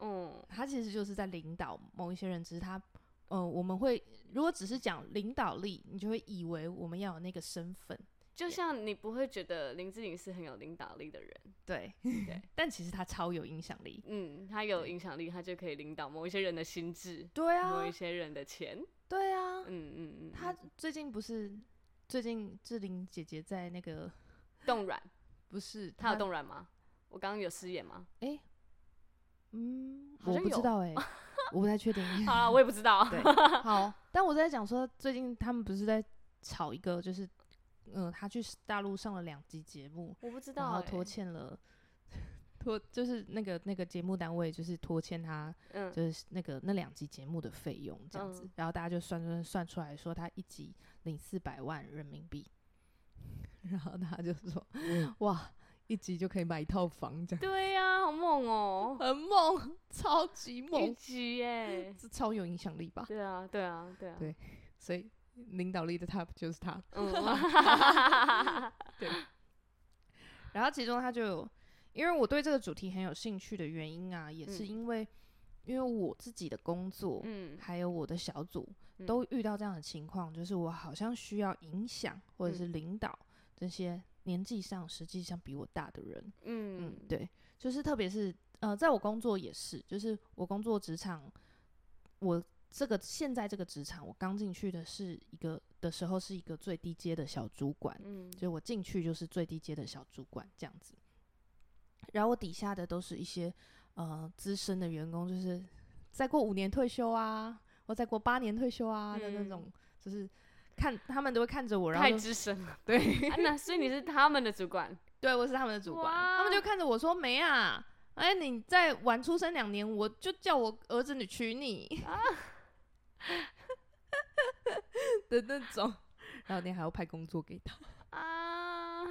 [SPEAKER 1] 嗯
[SPEAKER 2] 他其实就是在领导某一些人，只是他，呃，我们会如果只是讲领导力，你就会以为我们要有那个身份，
[SPEAKER 1] 就像你不会觉得林志玲是很有领导力的人，
[SPEAKER 2] 对对， [laughs] 但其实他超有影响力，
[SPEAKER 1] 嗯，她有影响力，她就可以领导某一些人的心智，
[SPEAKER 2] 对
[SPEAKER 1] 某
[SPEAKER 2] 啊
[SPEAKER 1] 一，些人的钱，
[SPEAKER 2] 对啊
[SPEAKER 1] 嗯，嗯嗯，
[SPEAKER 2] 他
[SPEAKER 1] 嗯
[SPEAKER 2] 最近不是最近志玲姐姐在那个
[SPEAKER 1] 冻卵，
[SPEAKER 2] 不是
[SPEAKER 1] 她有冻卵吗？我刚刚有失言吗？
[SPEAKER 2] 哎、嗯，
[SPEAKER 1] 好
[SPEAKER 2] 我
[SPEAKER 1] 像
[SPEAKER 2] 不知
[SPEAKER 1] 有
[SPEAKER 2] 道哎、我不太
[SPEAKER 1] [laughs]
[SPEAKER 2] 确定，
[SPEAKER 1] 好啦，我也不知道，
[SPEAKER 2] 对，好，但我在讲说，最近他们不是在炒一个，就是嗯、呃他去大陆上了两集节目，
[SPEAKER 1] 我不知
[SPEAKER 2] 然
[SPEAKER 1] 道
[SPEAKER 2] 后
[SPEAKER 1] 欸，
[SPEAKER 2] 拖欠了。 [laughs] 拖就是那个那个节目单位，就是拖欠他，
[SPEAKER 1] 嗯，
[SPEAKER 2] 就是那个那两集节目的费用这样子，
[SPEAKER 1] 嗯
[SPEAKER 2] 然后大家就算算算出来说他一集领四百万人民币，然后他就说，
[SPEAKER 1] 嗯
[SPEAKER 2] 哇，一集就可以买一套房这样，
[SPEAKER 1] 对呀，好猛哦，
[SPEAKER 2] 很猛，超级
[SPEAKER 1] 一
[SPEAKER 2] 猛，
[SPEAKER 1] 级
[SPEAKER 2] [laughs]
[SPEAKER 1] 耶，
[SPEAKER 2] 这超有影响力吧？
[SPEAKER 1] 对啊，对啊，对啊，
[SPEAKER 2] 对所以领导力的 top 就是他。
[SPEAKER 1] [laughs]
[SPEAKER 2] [laughs]
[SPEAKER 1] 嗯，
[SPEAKER 2] 然后其中他就有，因为我对这个主题很有兴趣的原因啊，也是
[SPEAKER 1] 嗯
[SPEAKER 2] 因为、因为我自己的工作，
[SPEAKER 1] 嗯，
[SPEAKER 2] 还有我的小组
[SPEAKER 1] 嗯
[SPEAKER 2] 都遇到这样的情况，就是我好像需要影响或者是
[SPEAKER 1] 嗯
[SPEAKER 2] 领导这些年纪上实际上比我大的人。嗯
[SPEAKER 1] 嗯，，
[SPEAKER 2] 对，就是特别是呃，在我工作也是，就是我工作职场，我这个现在这个职场，我刚进去的是一个的时候是一个最低阶的小主管，
[SPEAKER 1] 嗯，
[SPEAKER 2] 就我进去就是最低阶的小主管这样子，然后我底下的都是一些呃资深的员工，就是再过五年退休啊，或再过八年退休啊的那
[SPEAKER 1] 嗯
[SPEAKER 2] 种，就是看他们都会看着我，然后
[SPEAKER 1] 太 [laughs]
[SPEAKER 2] 就
[SPEAKER 1] 资深
[SPEAKER 2] [laughs]
[SPEAKER 1] 了，
[SPEAKER 2] 对
[SPEAKER 1] 啊那所以你是他们的主管，
[SPEAKER 2] 对我是他们的主管，他们就
[SPEAKER 1] 哇
[SPEAKER 2] 看着我说没啊，哎你再晚出生两年，我就叫我儿子女娶你
[SPEAKER 1] 啊
[SPEAKER 2] [laughs] 的那种， [laughs] 然后你还要派工作给他。
[SPEAKER 1] 啊，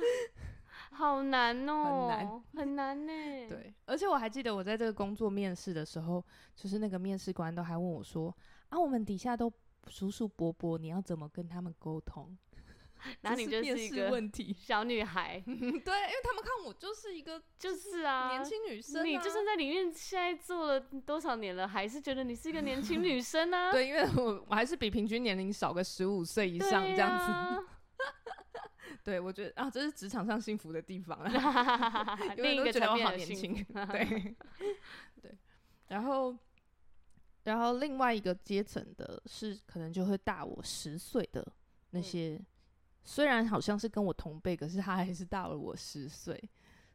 [SPEAKER 1] 好难哦，很难呢。，
[SPEAKER 2] 对，而且我还记得我在这个工作面试的时候，就是那个面试官都还问我说：“啊，我们底下都叔叔伯伯，你要怎么跟他们沟通？”
[SPEAKER 1] 那你就是
[SPEAKER 2] 面
[SPEAKER 1] 一
[SPEAKER 2] 试
[SPEAKER 1] 个
[SPEAKER 2] 问题。 [laughs]
[SPEAKER 1] 小女孩，
[SPEAKER 2] 对，因为他们看我就是一个
[SPEAKER 1] 就是啊，
[SPEAKER 2] 年轻女生、啊，
[SPEAKER 1] 你就算在里面现在做了多少年了，还是觉得你是一个年轻女生啊。
[SPEAKER 2] [laughs] 对，因为我我还是比平均年龄少个十五岁以
[SPEAKER 1] 以
[SPEAKER 2] 上这样子。对，我觉得啊，这是职场上幸福的地方啊啦。
[SPEAKER 1] 子
[SPEAKER 2] 因为
[SPEAKER 1] [laughs] 啊另
[SPEAKER 2] [laughs]
[SPEAKER 1] 一
[SPEAKER 2] 都
[SPEAKER 1] 个
[SPEAKER 2] 觉得
[SPEAKER 1] [laughs] 层
[SPEAKER 2] 哦 [laughs] 我
[SPEAKER 1] 面
[SPEAKER 2] 好
[SPEAKER 1] 的
[SPEAKER 2] 年
[SPEAKER 1] 幸福
[SPEAKER 2] 轻，对对。然后然后另外一个阶层的是可能就会大我十岁的那
[SPEAKER 1] 嗯
[SPEAKER 2] 些，虽然好像是跟我同辈，可是他还是大了我十岁，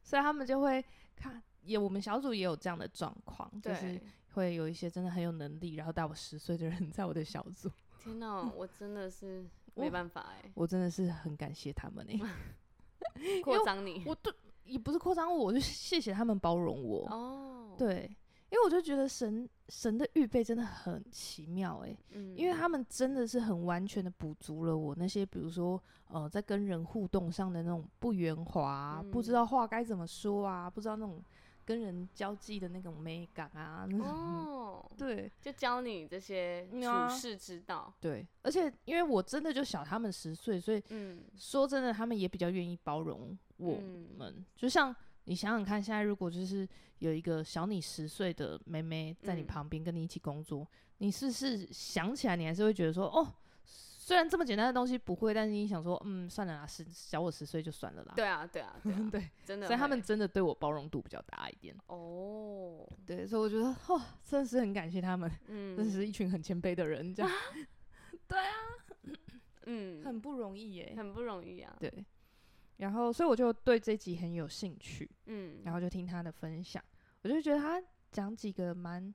[SPEAKER 2] 所以他们就会看，也我们小组也有这样的状况，就是
[SPEAKER 1] 对，
[SPEAKER 2] 会有一些真的很有能力，然后大我十岁的人在我的小组，
[SPEAKER 1] 天哪，我真的是
[SPEAKER 2] 我
[SPEAKER 1] 没办法哎、
[SPEAKER 2] 我真的是很感谢他们
[SPEAKER 1] [laughs]
[SPEAKER 2] 诶、
[SPEAKER 1] 扩张你
[SPEAKER 2] 我对也不是扩张我，我就谢谢他们包容我。
[SPEAKER 1] 哦，，
[SPEAKER 2] 对，因为我就觉得神神的预备真的很奇妙诶、
[SPEAKER 1] 嗯
[SPEAKER 2] 因为他们真的是很完全的补足了我那些，比如说呃，在跟人互动上的那种不圆滑啊、不知
[SPEAKER 1] 嗯
[SPEAKER 2] 道话该怎么说啊，不知道那种跟人交际的那种美感啊， [laughs] 那种、
[SPEAKER 1] 哦，
[SPEAKER 2] 对
[SPEAKER 1] 就教你这些
[SPEAKER 2] 嗯啊
[SPEAKER 1] 处事之道，
[SPEAKER 2] 对，而且因为我真的就小他们十岁，所以
[SPEAKER 1] 嗯，
[SPEAKER 2] 说真的，他们也比较愿意包容我
[SPEAKER 1] 嗯
[SPEAKER 2] 们。就像你想想看，现在如果就是有一个小你十岁的妹妹在你
[SPEAKER 1] 嗯
[SPEAKER 2] 旁边跟你一起工作，你是不是想起来你还是会觉得说，哦，虽然这么简单的东西不会，但是你想说，嗯，算了啦，十小我十岁就算了啦。，
[SPEAKER 1] 对啊，对啊，对啊
[SPEAKER 2] [laughs] 对，
[SPEAKER 1] 真的会，
[SPEAKER 2] 所以他们真的对我包容度比较大一点。
[SPEAKER 1] 哦，
[SPEAKER 2] 对，所以我觉得，哦，真的是很感谢他们，
[SPEAKER 1] 嗯，
[SPEAKER 2] 真的是一群很谦卑的人，这样、
[SPEAKER 1] 嗯，
[SPEAKER 2] [laughs] 很不容易耶。
[SPEAKER 1] 很不容易啊，
[SPEAKER 2] 对，然后所以我就对这集很有兴趣。
[SPEAKER 1] 嗯，
[SPEAKER 2] 然后就听他的分享，我就觉得他讲几个蛮，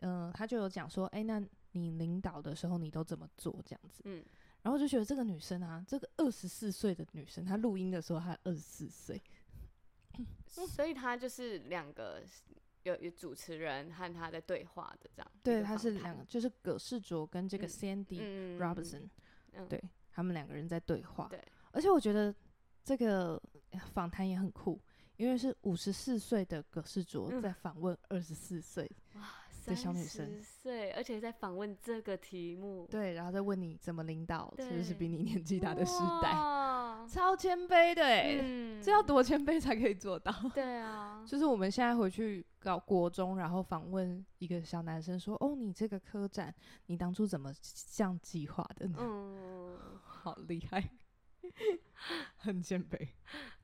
[SPEAKER 2] 嗯、他就有讲说，哎、那你领导的时候你都怎么做这样子？
[SPEAKER 1] 嗯，
[SPEAKER 2] 然后我就觉得这个女生啊，这个二十四岁的女生，她录音的时候她二十四岁，
[SPEAKER 1] 所以他就是两个有有主持人和他在对话的这样一个访谈，
[SPEAKER 2] 对，她是两个，就是葛世卓跟这个
[SPEAKER 1] 嗯
[SPEAKER 2] Sandy、
[SPEAKER 1] 嗯
[SPEAKER 2] Robinson，、
[SPEAKER 1] 嗯
[SPEAKER 2] 对他们两个人在对话，
[SPEAKER 1] 对，
[SPEAKER 2] 而且我觉得这个呃访谈也很酷。因为是五十四岁的葛世卓
[SPEAKER 1] 嗯
[SPEAKER 2] 在访问二十四岁，
[SPEAKER 1] 哇，
[SPEAKER 2] 的
[SPEAKER 1] 三
[SPEAKER 2] 小女生
[SPEAKER 1] 十岁，而且在访问这个题目，
[SPEAKER 2] 对，然后再问你怎么领导，就是
[SPEAKER 1] 对
[SPEAKER 2] 比你年纪
[SPEAKER 1] 哇，
[SPEAKER 2] 大的时代，
[SPEAKER 1] 代，
[SPEAKER 2] [laughs] 超谦卑的哎、
[SPEAKER 1] 嗯，
[SPEAKER 2] [laughs] 这要多谦卑才可以做到。
[SPEAKER 1] 对啊，
[SPEAKER 2] [laughs] 就是我们现在回去搞国中，然后访问一个小男生说：“哦，你这个科展，你当初怎么这样计划的呢？”
[SPEAKER 1] 嗯，
[SPEAKER 2] [laughs] 好厉害， [laughs] 很谦卑，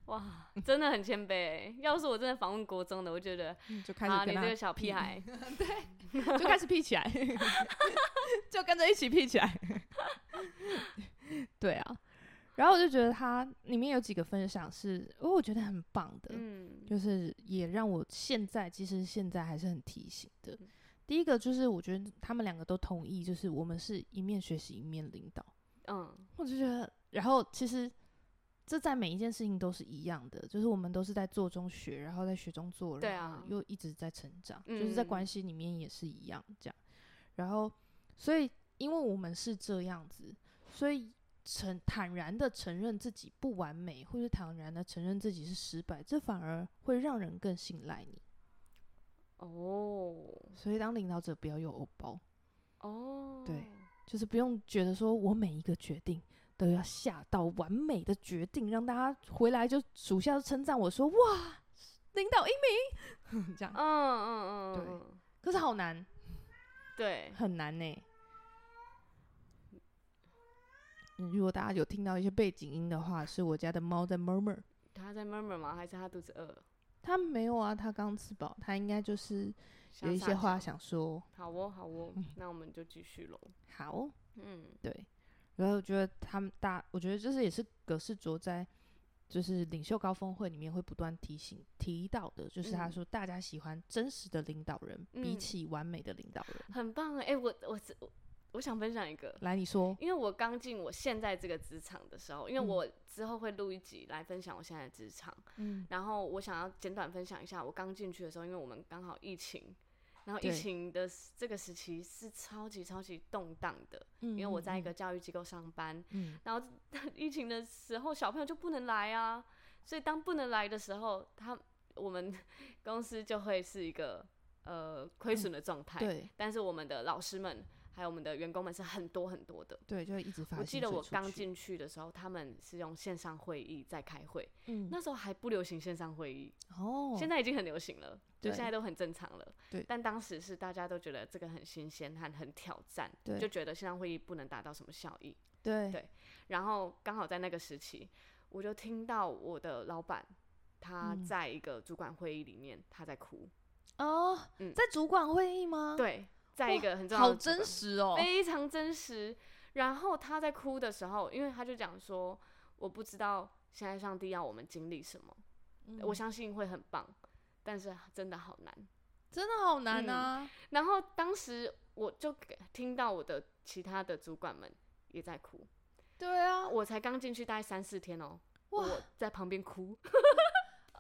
[SPEAKER 1] 哇，真的很谦卑欸。要是我真的访问国中的，我觉得
[SPEAKER 2] 嗯就开
[SPEAKER 1] 啊，
[SPEAKER 2] 始
[SPEAKER 1] 你
[SPEAKER 2] 跟
[SPEAKER 1] 这
[SPEAKER 2] 他
[SPEAKER 1] 个小屁
[SPEAKER 2] [laughs]
[SPEAKER 1] 孩，
[SPEAKER 2] 就开始 P 起来，
[SPEAKER 1] [laughs]
[SPEAKER 2] 就跟着一起 P 起来。对啊，然后我就觉得他里面有几个分享是，哦，我觉得很棒的，
[SPEAKER 1] 嗯，
[SPEAKER 2] 就是也让我现在，其实现在还是很提醒的
[SPEAKER 1] 嗯。
[SPEAKER 2] 第一个就是，我觉得他们两个都同意，就是我们是一面学习一面领导。
[SPEAKER 1] 嗯，
[SPEAKER 2] 我就觉得，然后其实这在每一件事情都是一样的，就是我们都是在做中学，然后在学中做，
[SPEAKER 1] 对
[SPEAKER 2] 然后
[SPEAKER 1] 啊
[SPEAKER 2] 又一直在成长，就是在
[SPEAKER 1] 嗯
[SPEAKER 2] 关系里面也是一样这样。然后，所以因为我们是这样子，所以承坦然的承认自己不完美，或者坦然的承认自己是失败，这反而会让人更信赖你。
[SPEAKER 1] 哦，
[SPEAKER 2] 所以当领导者不要有偶包，
[SPEAKER 1] 哦，
[SPEAKER 2] 对就是不用觉得说我每一个决定都要下到完美的决定，让大家回来就属下就称赞我说哇，领导英明 [laughs] 这样
[SPEAKER 1] 嗯，，嗯嗯，
[SPEAKER 2] 对
[SPEAKER 1] 嗯
[SPEAKER 2] 可是好难，
[SPEAKER 1] 对，
[SPEAKER 2] 很难呢、嗯如果大家有听到一些背景音的话，是我家的猫在 murmur。
[SPEAKER 1] 他在 murmur 吗？还是他肚子饿？
[SPEAKER 2] 它没有啊，它刚吃饱，它应该就是有
[SPEAKER 1] 想
[SPEAKER 2] 一
[SPEAKER 1] 撒
[SPEAKER 2] 些话
[SPEAKER 1] 娇
[SPEAKER 2] 想嗯说。
[SPEAKER 1] 好哦，好哦，那我们就继续喽。
[SPEAKER 2] 好，
[SPEAKER 1] 嗯
[SPEAKER 2] 对，然后我觉得他们大，我觉得就是也是葛世卓在就是领袖高峰会里面会不断提醒提到的，就是他
[SPEAKER 1] 嗯
[SPEAKER 2] 说大家喜欢真实的领导人，比
[SPEAKER 1] 嗯
[SPEAKER 2] 起完美的领导人。
[SPEAKER 1] 很棒哎、欸我我我我想分享一个，
[SPEAKER 2] 来，你说，
[SPEAKER 1] 因为我刚进我现在这个职场的时候，因为
[SPEAKER 2] 嗯
[SPEAKER 1] 我之后会录一集来分享我现在的职场，
[SPEAKER 2] 嗯，
[SPEAKER 1] 然后我想要简短分享一下我刚进去的时候，因为我们刚好疫情，然后疫
[SPEAKER 2] 对
[SPEAKER 1] 情的时这个时期是超级超级动荡的，
[SPEAKER 2] 因
[SPEAKER 1] 因为我在一个，教育机构上班， [laughs]
[SPEAKER 2] 嗯
[SPEAKER 1] 然后疫情的时候小朋友就不能来啊，所以当不能来的时候，他我们 [laughs] 公司就会是一个呃亏损的状态，
[SPEAKER 2] 对
[SPEAKER 1] 但是我们的老师们还有我们的员工们是很多很多的。
[SPEAKER 2] 对，就会一直发。
[SPEAKER 1] 我记得我刚，进去的时候，他们是用线上会议在开会，
[SPEAKER 2] 嗯，
[SPEAKER 1] 那时候还不流行线上会议，
[SPEAKER 2] 哦，
[SPEAKER 1] 现在已经很流行了，就
[SPEAKER 2] 对
[SPEAKER 1] 现在都很正常了。
[SPEAKER 2] 对
[SPEAKER 1] 但当时是大家都觉得这个很新鲜和很挑战，
[SPEAKER 2] 对
[SPEAKER 1] 就觉得线上会议不能达到什么效益。
[SPEAKER 2] 对
[SPEAKER 1] 对然后刚好在那个时期，我就听到我的老板他
[SPEAKER 2] 嗯
[SPEAKER 1] 在一个主管会议里面他在哭，
[SPEAKER 2] 哦，
[SPEAKER 1] 嗯
[SPEAKER 2] 在主管会议吗？，
[SPEAKER 1] 对在一个很重要
[SPEAKER 6] 好
[SPEAKER 1] 的地
[SPEAKER 6] 真
[SPEAKER 1] 方
[SPEAKER 6] 实哦。
[SPEAKER 1] 非常真实。然后他在哭的时候，因为他就讲说，我不知道现在上帝要我们经历什么，
[SPEAKER 2] 嗯
[SPEAKER 1] 我相信会很棒，但是真的好难。
[SPEAKER 6] 真的好
[SPEAKER 1] 嗯
[SPEAKER 6] 难啊！
[SPEAKER 1] 然后当时我就给听到我的其他的主管们也在哭，
[SPEAKER 6] 对啊，
[SPEAKER 1] 我才刚进去大概三四天哦、
[SPEAKER 6] 哇
[SPEAKER 1] 我在旁边哭，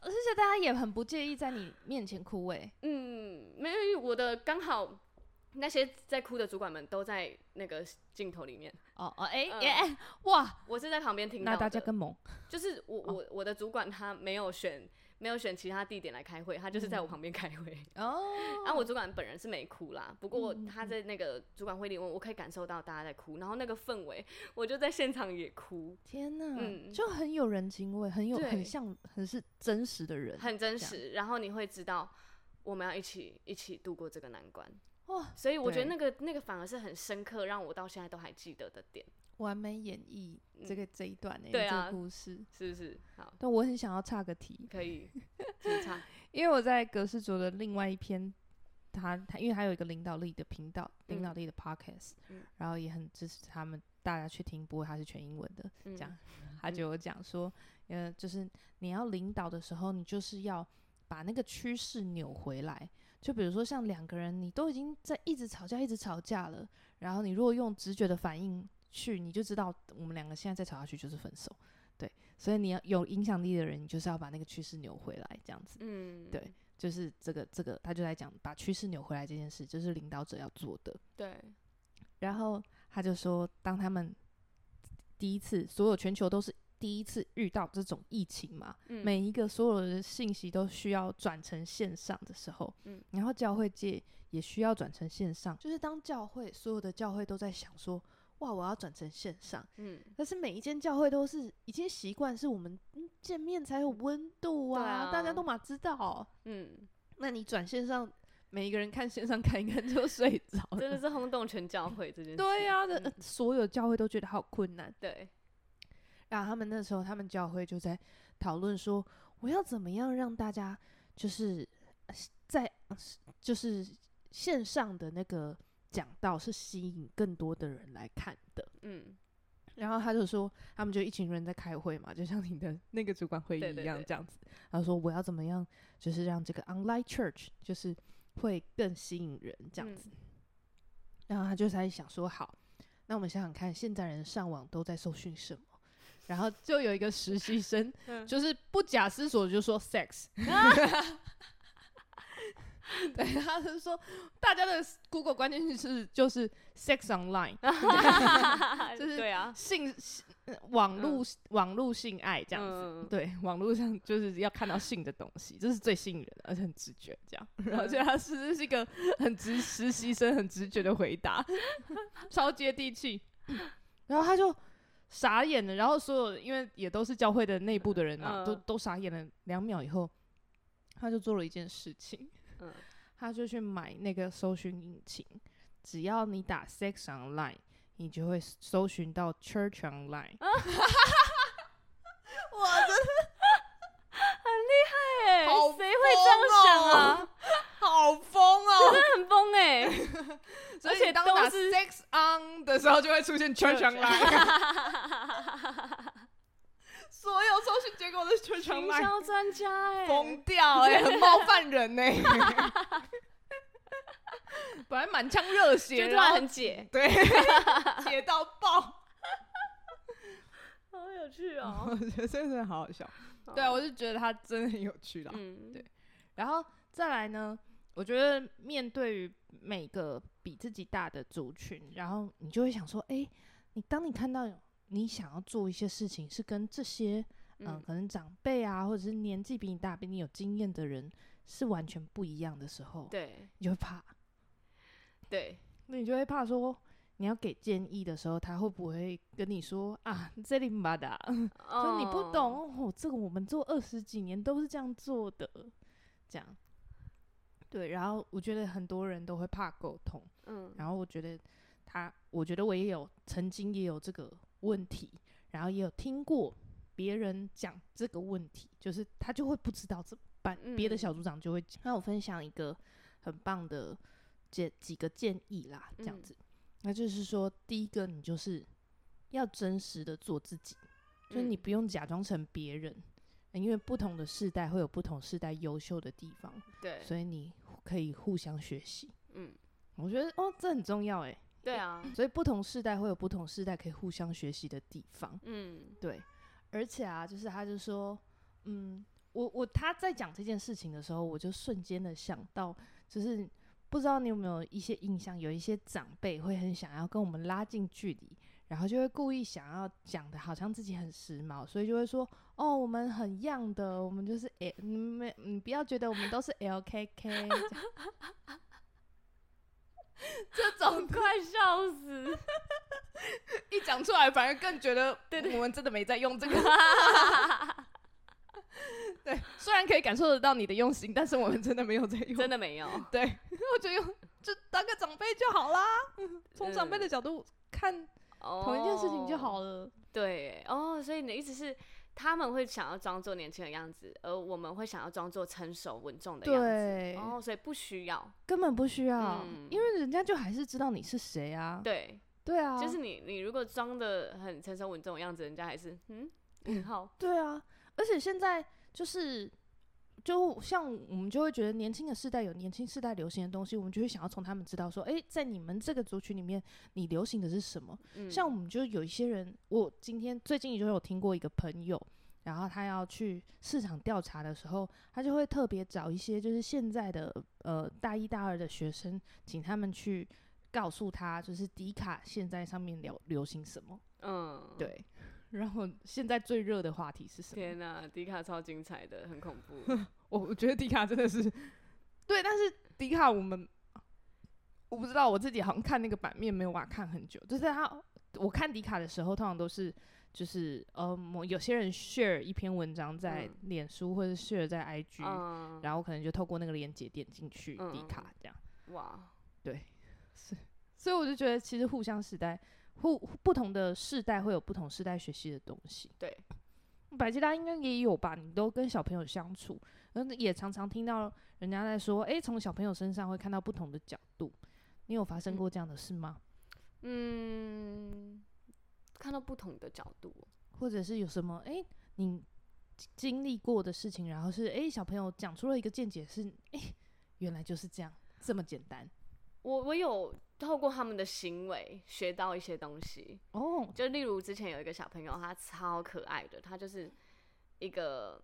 [SPEAKER 2] 而且大家也很不介意在你面前哭哎、
[SPEAKER 1] 嗯，没有，因为我的刚好那些在哭的主管们都在那个镜头里面，
[SPEAKER 2] 哦哦哎
[SPEAKER 1] 嗯
[SPEAKER 2] 耶、哎哇，
[SPEAKER 1] 我是在旁边听到
[SPEAKER 2] 那
[SPEAKER 1] 的。
[SPEAKER 2] 大家更猛，
[SPEAKER 1] 就是我
[SPEAKER 2] 哦
[SPEAKER 1] 我我的主管他没有选没有选其他地点来开会，他就是在我旁边开会。
[SPEAKER 2] 嗯哦，
[SPEAKER 1] [laughs]
[SPEAKER 2] 嗯
[SPEAKER 1] 然后我主管本人是没哭啦，不过他在那个主管会里，我我可以感受到大家在哭，然后那个氛围，我就在现场也哭，
[SPEAKER 2] 天呐，
[SPEAKER 1] 嗯
[SPEAKER 2] 就很有人情味，很有
[SPEAKER 1] 对
[SPEAKER 2] 很像很是真实的人，
[SPEAKER 1] 很真
[SPEAKER 2] 这样
[SPEAKER 1] 实。然后你会知道我们要一起一起度过这个难关。
[SPEAKER 2] 哇，
[SPEAKER 1] 所以我觉得
[SPEAKER 2] 对
[SPEAKER 1] 那个那个反而是很深刻，让我到现在都还记得的点，
[SPEAKER 2] 完美演绎这个这一段哎、
[SPEAKER 1] 嗯对
[SPEAKER 2] 这
[SPEAKER 1] 啊
[SPEAKER 2] 个故事。
[SPEAKER 1] 是不是？好，
[SPEAKER 2] 但我很想要岔个题，
[SPEAKER 1] 可
[SPEAKER 2] [laughs]
[SPEAKER 1] 以，请唱。
[SPEAKER 2] 因为我在格式卓的另外一篇，他他因为他有一个领导力的频道，领导力的 podcast，、
[SPEAKER 1] 嗯
[SPEAKER 2] 然后也很支持他们大家去听，不过他是全英文的，
[SPEAKER 1] 嗯
[SPEAKER 2] 这样他就有讲说，呃，就是你要领导的时候，你就是要把那个趋势扭回来。就比如说像两个人，你都已经在一直吵架，一直吵架了，然后你如果用直觉的反应去，你就知道我们两个现在再吵下去就是分手。对，所以你要有影响力的人，你就是要把那个趋势扭回来，这样子。
[SPEAKER 1] 嗯，
[SPEAKER 2] 对就是这个这个，他就在讲把趋势扭回来这件事，就是领导者要做的。
[SPEAKER 1] 对，
[SPEAKER 2] 然后他就说，当他们第一次，所有全球都是第一次遇到这种疫情嘛，
[SPEAKER 1] 嗯
[SPEAKER 2] 每一个所有的信息都需要转成线上的时候，
[SPEAKER 1] 嗯
[SPEAKER 2] 然后教会界也需要转成线上，就是当教会所有的教会都在想说，哇，我要转成线上，
[SPEAKER 1] 嗯，
[SPEAKER 2] 但是每一间教会都是已经习惯是我们嗯见面才有温度
[SPEAKER 1] 对
[SPEAKER 2] 啊，
[SPEAKER 1] 啊
[SPEAKER 2] 大家都嘛知道，
[SPEAKER 1] 嗯，
[SPEAKER 2] 那你转线上，每一个人看线上看一看就睡着了，
[SPEAKER 1] 真的是轰动全教会这件事。
[SPEAKER 2] 对呀、这、呃
[SPEAKER 1] 嗯
[SPEAKER 2] 所有教会都觉得好困难。
[SPEAKER 1] 对，
[SPEAKER 2] 然后他们那时候，他们教会就在讨论说，我要怎么样让大家就是呃在就是线上的那个讲道是吸引更多的人来看的。 [laughs]
[SPEAKER 1] 嗯，
[SPEAKER 2] 然后他就说，他们就一群人在开会嘛，就像你的那个主管会议
[SPEAKER 1] 对对
[SPEAKER 2] 一样
[SPEAKER 1] 对
[SPEAKER 2] 这样子。他说我要怎么样，就是让这个 online church 就是会更吸引人这样子。
[SPEAKER 1] 嗯
[SPEAKER 2] 然后他就在想说，好，那我们想想看，现在人上网都在搜寻什么？然后就有一个实
[SPEAKER 1] [laughs]
[SPEAKER 2] 习生，
[SPEAKER 1] 嗯
[SPEAKER 2] 就是不假思索地就说 sex，对，他就说大家的 Google 关键词就是 sex online，就是
[SPEAKER 1] 对啊，
[SPEAKER 2] 性性呃网
[SPEAKER 1] 嗯
[SPEAKER 2] 络、网络性爱这样子。
[SPEAKER 1] 子，
[SPEAKER 2] 对，网络上就是要看到性的东西，这是最吸引人的，而且很直觉，这样。
[SPEAKER 6] [laughs]
[SPEAKER 2] 然后觉得他是这是一个很直实习生很直觉的回答， [laughs] 超接地气。 [clears throat] 然后他就傻眼了，然后所有因为也都是教会的内部的人嘛，都
[SPEAKER 1] 嗯
[SPEAKER 2] 都傻眼了两秒以后，他就做了一件事情，
[SPEAKER 1] 嗯
[SPEAKER 2] [laughs] 他就去买那个搜寻引擎，只要你打 sex online，你就会搜寻到 church online。
[SPEAKER 6] 啊我真
[SPEAKER 1] 对，
[SPEAKER 6] 好
[SPEAKER 1] 哎谁会这样想啊？
[SPEAKER 2] 哦
[SPEAKER 6] 的好疯哦！
[SPEAKER 1] 很疯
[SPEAKER 2] [laughs]
[SPEAKER 1] 哎，
[SPEAKER 2] 所
[SPEAKER 1] 而且
[SPEAKER 2] 以当
[SPEAKER 1] 都
[SPEAKER 2] 打
[SPEAKER 1] 是
[SPEAKER 2] sex on 的时候，就会出现 church
[SPEAKER 1] [laughs]
[SPEAKER 2] online，所有搜寻结果都是 church
[SPEAKER 1] 营
[SPEAKER 2] online，
[SPEAKER 1] 销专家哎，
[SPEAKER 2] 疯掉哎、很冒犯人哎、 [laughs] 本来满腔热血，
[SPEAKER 1] 就突
[SPEAKER 2] 然
[SPEAKER 1] 然
[SPEAKER 2] 后
[SPEAKER 1] 很解，
[SPEAKER 2] [laughs] 对，解到 [laughs] 爆，
[SPEAKER 1] 好有趣
[SPEAKER 2] 我
[SPEAKER 1] 哦。
[SPEAKER 2] 觉得真的好好笑。 [laughs] 对啊，我就觉得他真的很有趣啦。
[SPEAKER 1] 嗯，
[SPEAKER 2] 对然后再来呢，我觉得面对于每个比自己大的族群，然后你就会想说，诶，你当你看到有你想要做一些事情是跟这些嗯、
[SPEAKER 1] 嗯
[SPEAKER 2] 可能长辈啊，或者是年纪比你大、比你有经验的人是完全不一样的时候，
[SPEAKER 1] 对
[SPEAKER 2] 你就会怕，
[SPEAKER 1] 对，
[SPEAKER 2] 那你就会怕说。你要给建议的时候，他会不会跟你说啊，这里马达，就你不
[SPEAKER 1] 哦
[SPEAKER 2] 懂哦，这个我们做二十几年都是这样做的，这样。对，然后我觉得很多人都会怕沟通，
[SPEAKER 1] 嗯
[SPEAKER 2] 然后我觉得他，我觉得我也有曾经也有这个问题，然后也有听过别人讲这个问题，就是他就会不知道怎么办，别的
[SPEAKER 1] 嗯
[SPEAKER 2] 小组长就会讲。那我分享一个很棒的建几个建议啦，这样
[SPEAKER 1] 嗯
[SPEAKER 2] 子。那就是说，第一个你就是要真实的做自己，就是你
[SPEAKER 1] 嗯
[SPEAKER 2] 不用假装成别人，因为不同的世代会有不同世代优秀的地方，
[SPEAKER 1] 对，
[SPEAKER 2] 所以你可以互相学习。
[SPEAKER 1] 嗯，
[SPEAKER 2] 我觉得哦，这很重要哎。
[SPEAKER 1] 对啊，
[SPEAKER 2] 所以不同世代会有不同世代可以互相学习的地方。 [laughs]
[SPEAKER 1] 嗯
[SPEAKER 2] 对，而且啊，就是他就说，嗯，我我他在讲这件事情的时候，我就瞬间的想到，就是不知道你有没有一些印象，有一些长辈会很想要跟我们拉近距离，然后就会故意想要讲的好像自己很时髦，所以就会说，哦，我们很样的，我们就是 L，你们你不要觉得我们都是 LKK 这样。这种
[SPEAKER 1] 快笑
[SPEAKER 2] [laughs]
[SPEAKER 1] 死！
[SPEAKER 2] 一讲出来，反而更觉得我们真的没在用这
[SPEAKER 1] [laughs]
[SPEAKER 2] 个。对，虽然可以感受得到你的用心，但是我们真的没有在用。
[SPEAKER 1] 真的没有，
[SPEAKER 2] 对，我觉得用就当个长辈就好
[SPEAKER 1] [laughs]
[SPEAKER 2] 啦，
[SPEAKER 5] 从长辈的角度看
[SPEAKER 1] 同
[SPEAKER 2] 同一件事情就好了。
[SPEAKER 1] 对，哦，所以你的意思是，他们会想要装作年轻的样子，而我们会想要装作成熟稳重的样子。
[SPEAKER 2] 对，
[SPEAKER 1] 哦，所以不需要。
[SPEAKER 2] 根本不需要，
[SPEAKER 1] 嗯
[SPEAKER 2] 因为人家就还是知道你是谁啊。
[SPEAKER 1] 对，
[SPEAKER 2] 对啊，
[SPEAKER 1] 就是你，你如果装的很成熟稳重的样子，人家还是嗯，问号。
[SPEAKER 2] 对啊，而且现在就是，就像我们就会觉得年轻的世代有年轻世代流行的东西，我们就会想要从他们知道说，诶，在你们这个族群里面，你流行的是什么？
[SPEAKER 1] 嗯，
[SPEAKER 2] [laughs] 像我们就有一些人，我今天最近就有听过一个朋友，然后他要去市场调查的时候，他就会特别找一些就是现在的呃大一大二的学生，请他们去告诉他，就是迪卡现在上面流流行什么。
[SPEAKER 1] 嗯，，
[SPEAKER 2] 对，然后现在最热的话题是什么？
[SPEAKER 1] 天哪、迪卡超精彩的，很恐怖。
[SPEAKER 2] [laughs] 我我觉得迪卡真的是， [laughs] 对，但是迪卡我们我不知道，我自己好像看那个版面没有办法看很久，就是他我看迪卡的时候，通常都是就是呃，某有些人 share 一篇文章在
[SPEAKER 1] 嗯
[SPEAKER 2] 脸书或者 share 在 IG，、
[SPEAKER 1] 嗯，
[SPEAKER 2] 然后可能就透过那个链接点进去
[SPEAKER 1] 嗯
[SPEAKER 2] 迪
[SPEAKER 1] 嗯
[SPEAKER 2] 卡这样，
[SPEAKER 1] 哇，
[SPEAKER 2] 所以我就觉得其实互相时代。互不同的世代会有不同世代学习的东西，嗯
[SPEAKER 1] 对，
[SPEAKER 2] 百吉拉应该也有吧？你都跟小朋友相处，嗯，也常常听到人家在说，诶，从小朋友身上会看到不同的角度。你有发生过这样的事吗？
[SPEAKER 1] 嗯，看到不同的角度哦，
[SPEAKER 2] 或者是有什么诶，你经经历过的事情，然后是诶，小朋友讲出了一个见解是，诶，原来就是这样，这么简单
[SPEAKER 1] 我我有透过他们的行为学到一些东西。
[SPEAKER 2] 哦。
[SPEAKER 1] 就例如之前有一个小朋友，他超可爱的，他就是一个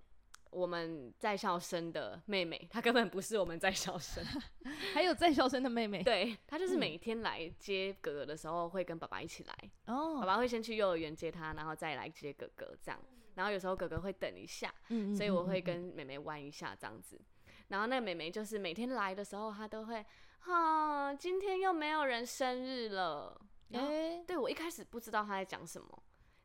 [SPEAKER 1] 我们在校生的妹妹，她根本不是我们在校
[SPEAKER 2] [laughs]
[SPEAKER 1] 生，
[SPEAKER 2] 还有在校生的妹妹
[SPEAKER 1] 对她
[SPEAKER 2] 嗯
[SPEAKER 1] 就是每天来接哥哥的时候会跟爸爸一起来，
[SPEAKER 2] 哦，
[SPEAKER 1] 爸，爸会先去幼儿园接她，然后再来接哥哥这样，然后有时候哥哥会等一下，
[SPEAKER 2] 嗯
[SPEAKER 1] 所以我会
[SPEAKER 2] 嗯
[SPEAKER 1] 跟妹妹玩一下这样子。然后那个妹妹就是每天来的时候，她都会，啊，今天又没有人生日了。
[SPEAKER 2] 嗯嗯诶，
[SPEAKER 1] 对我一开始不知道她在讲什么，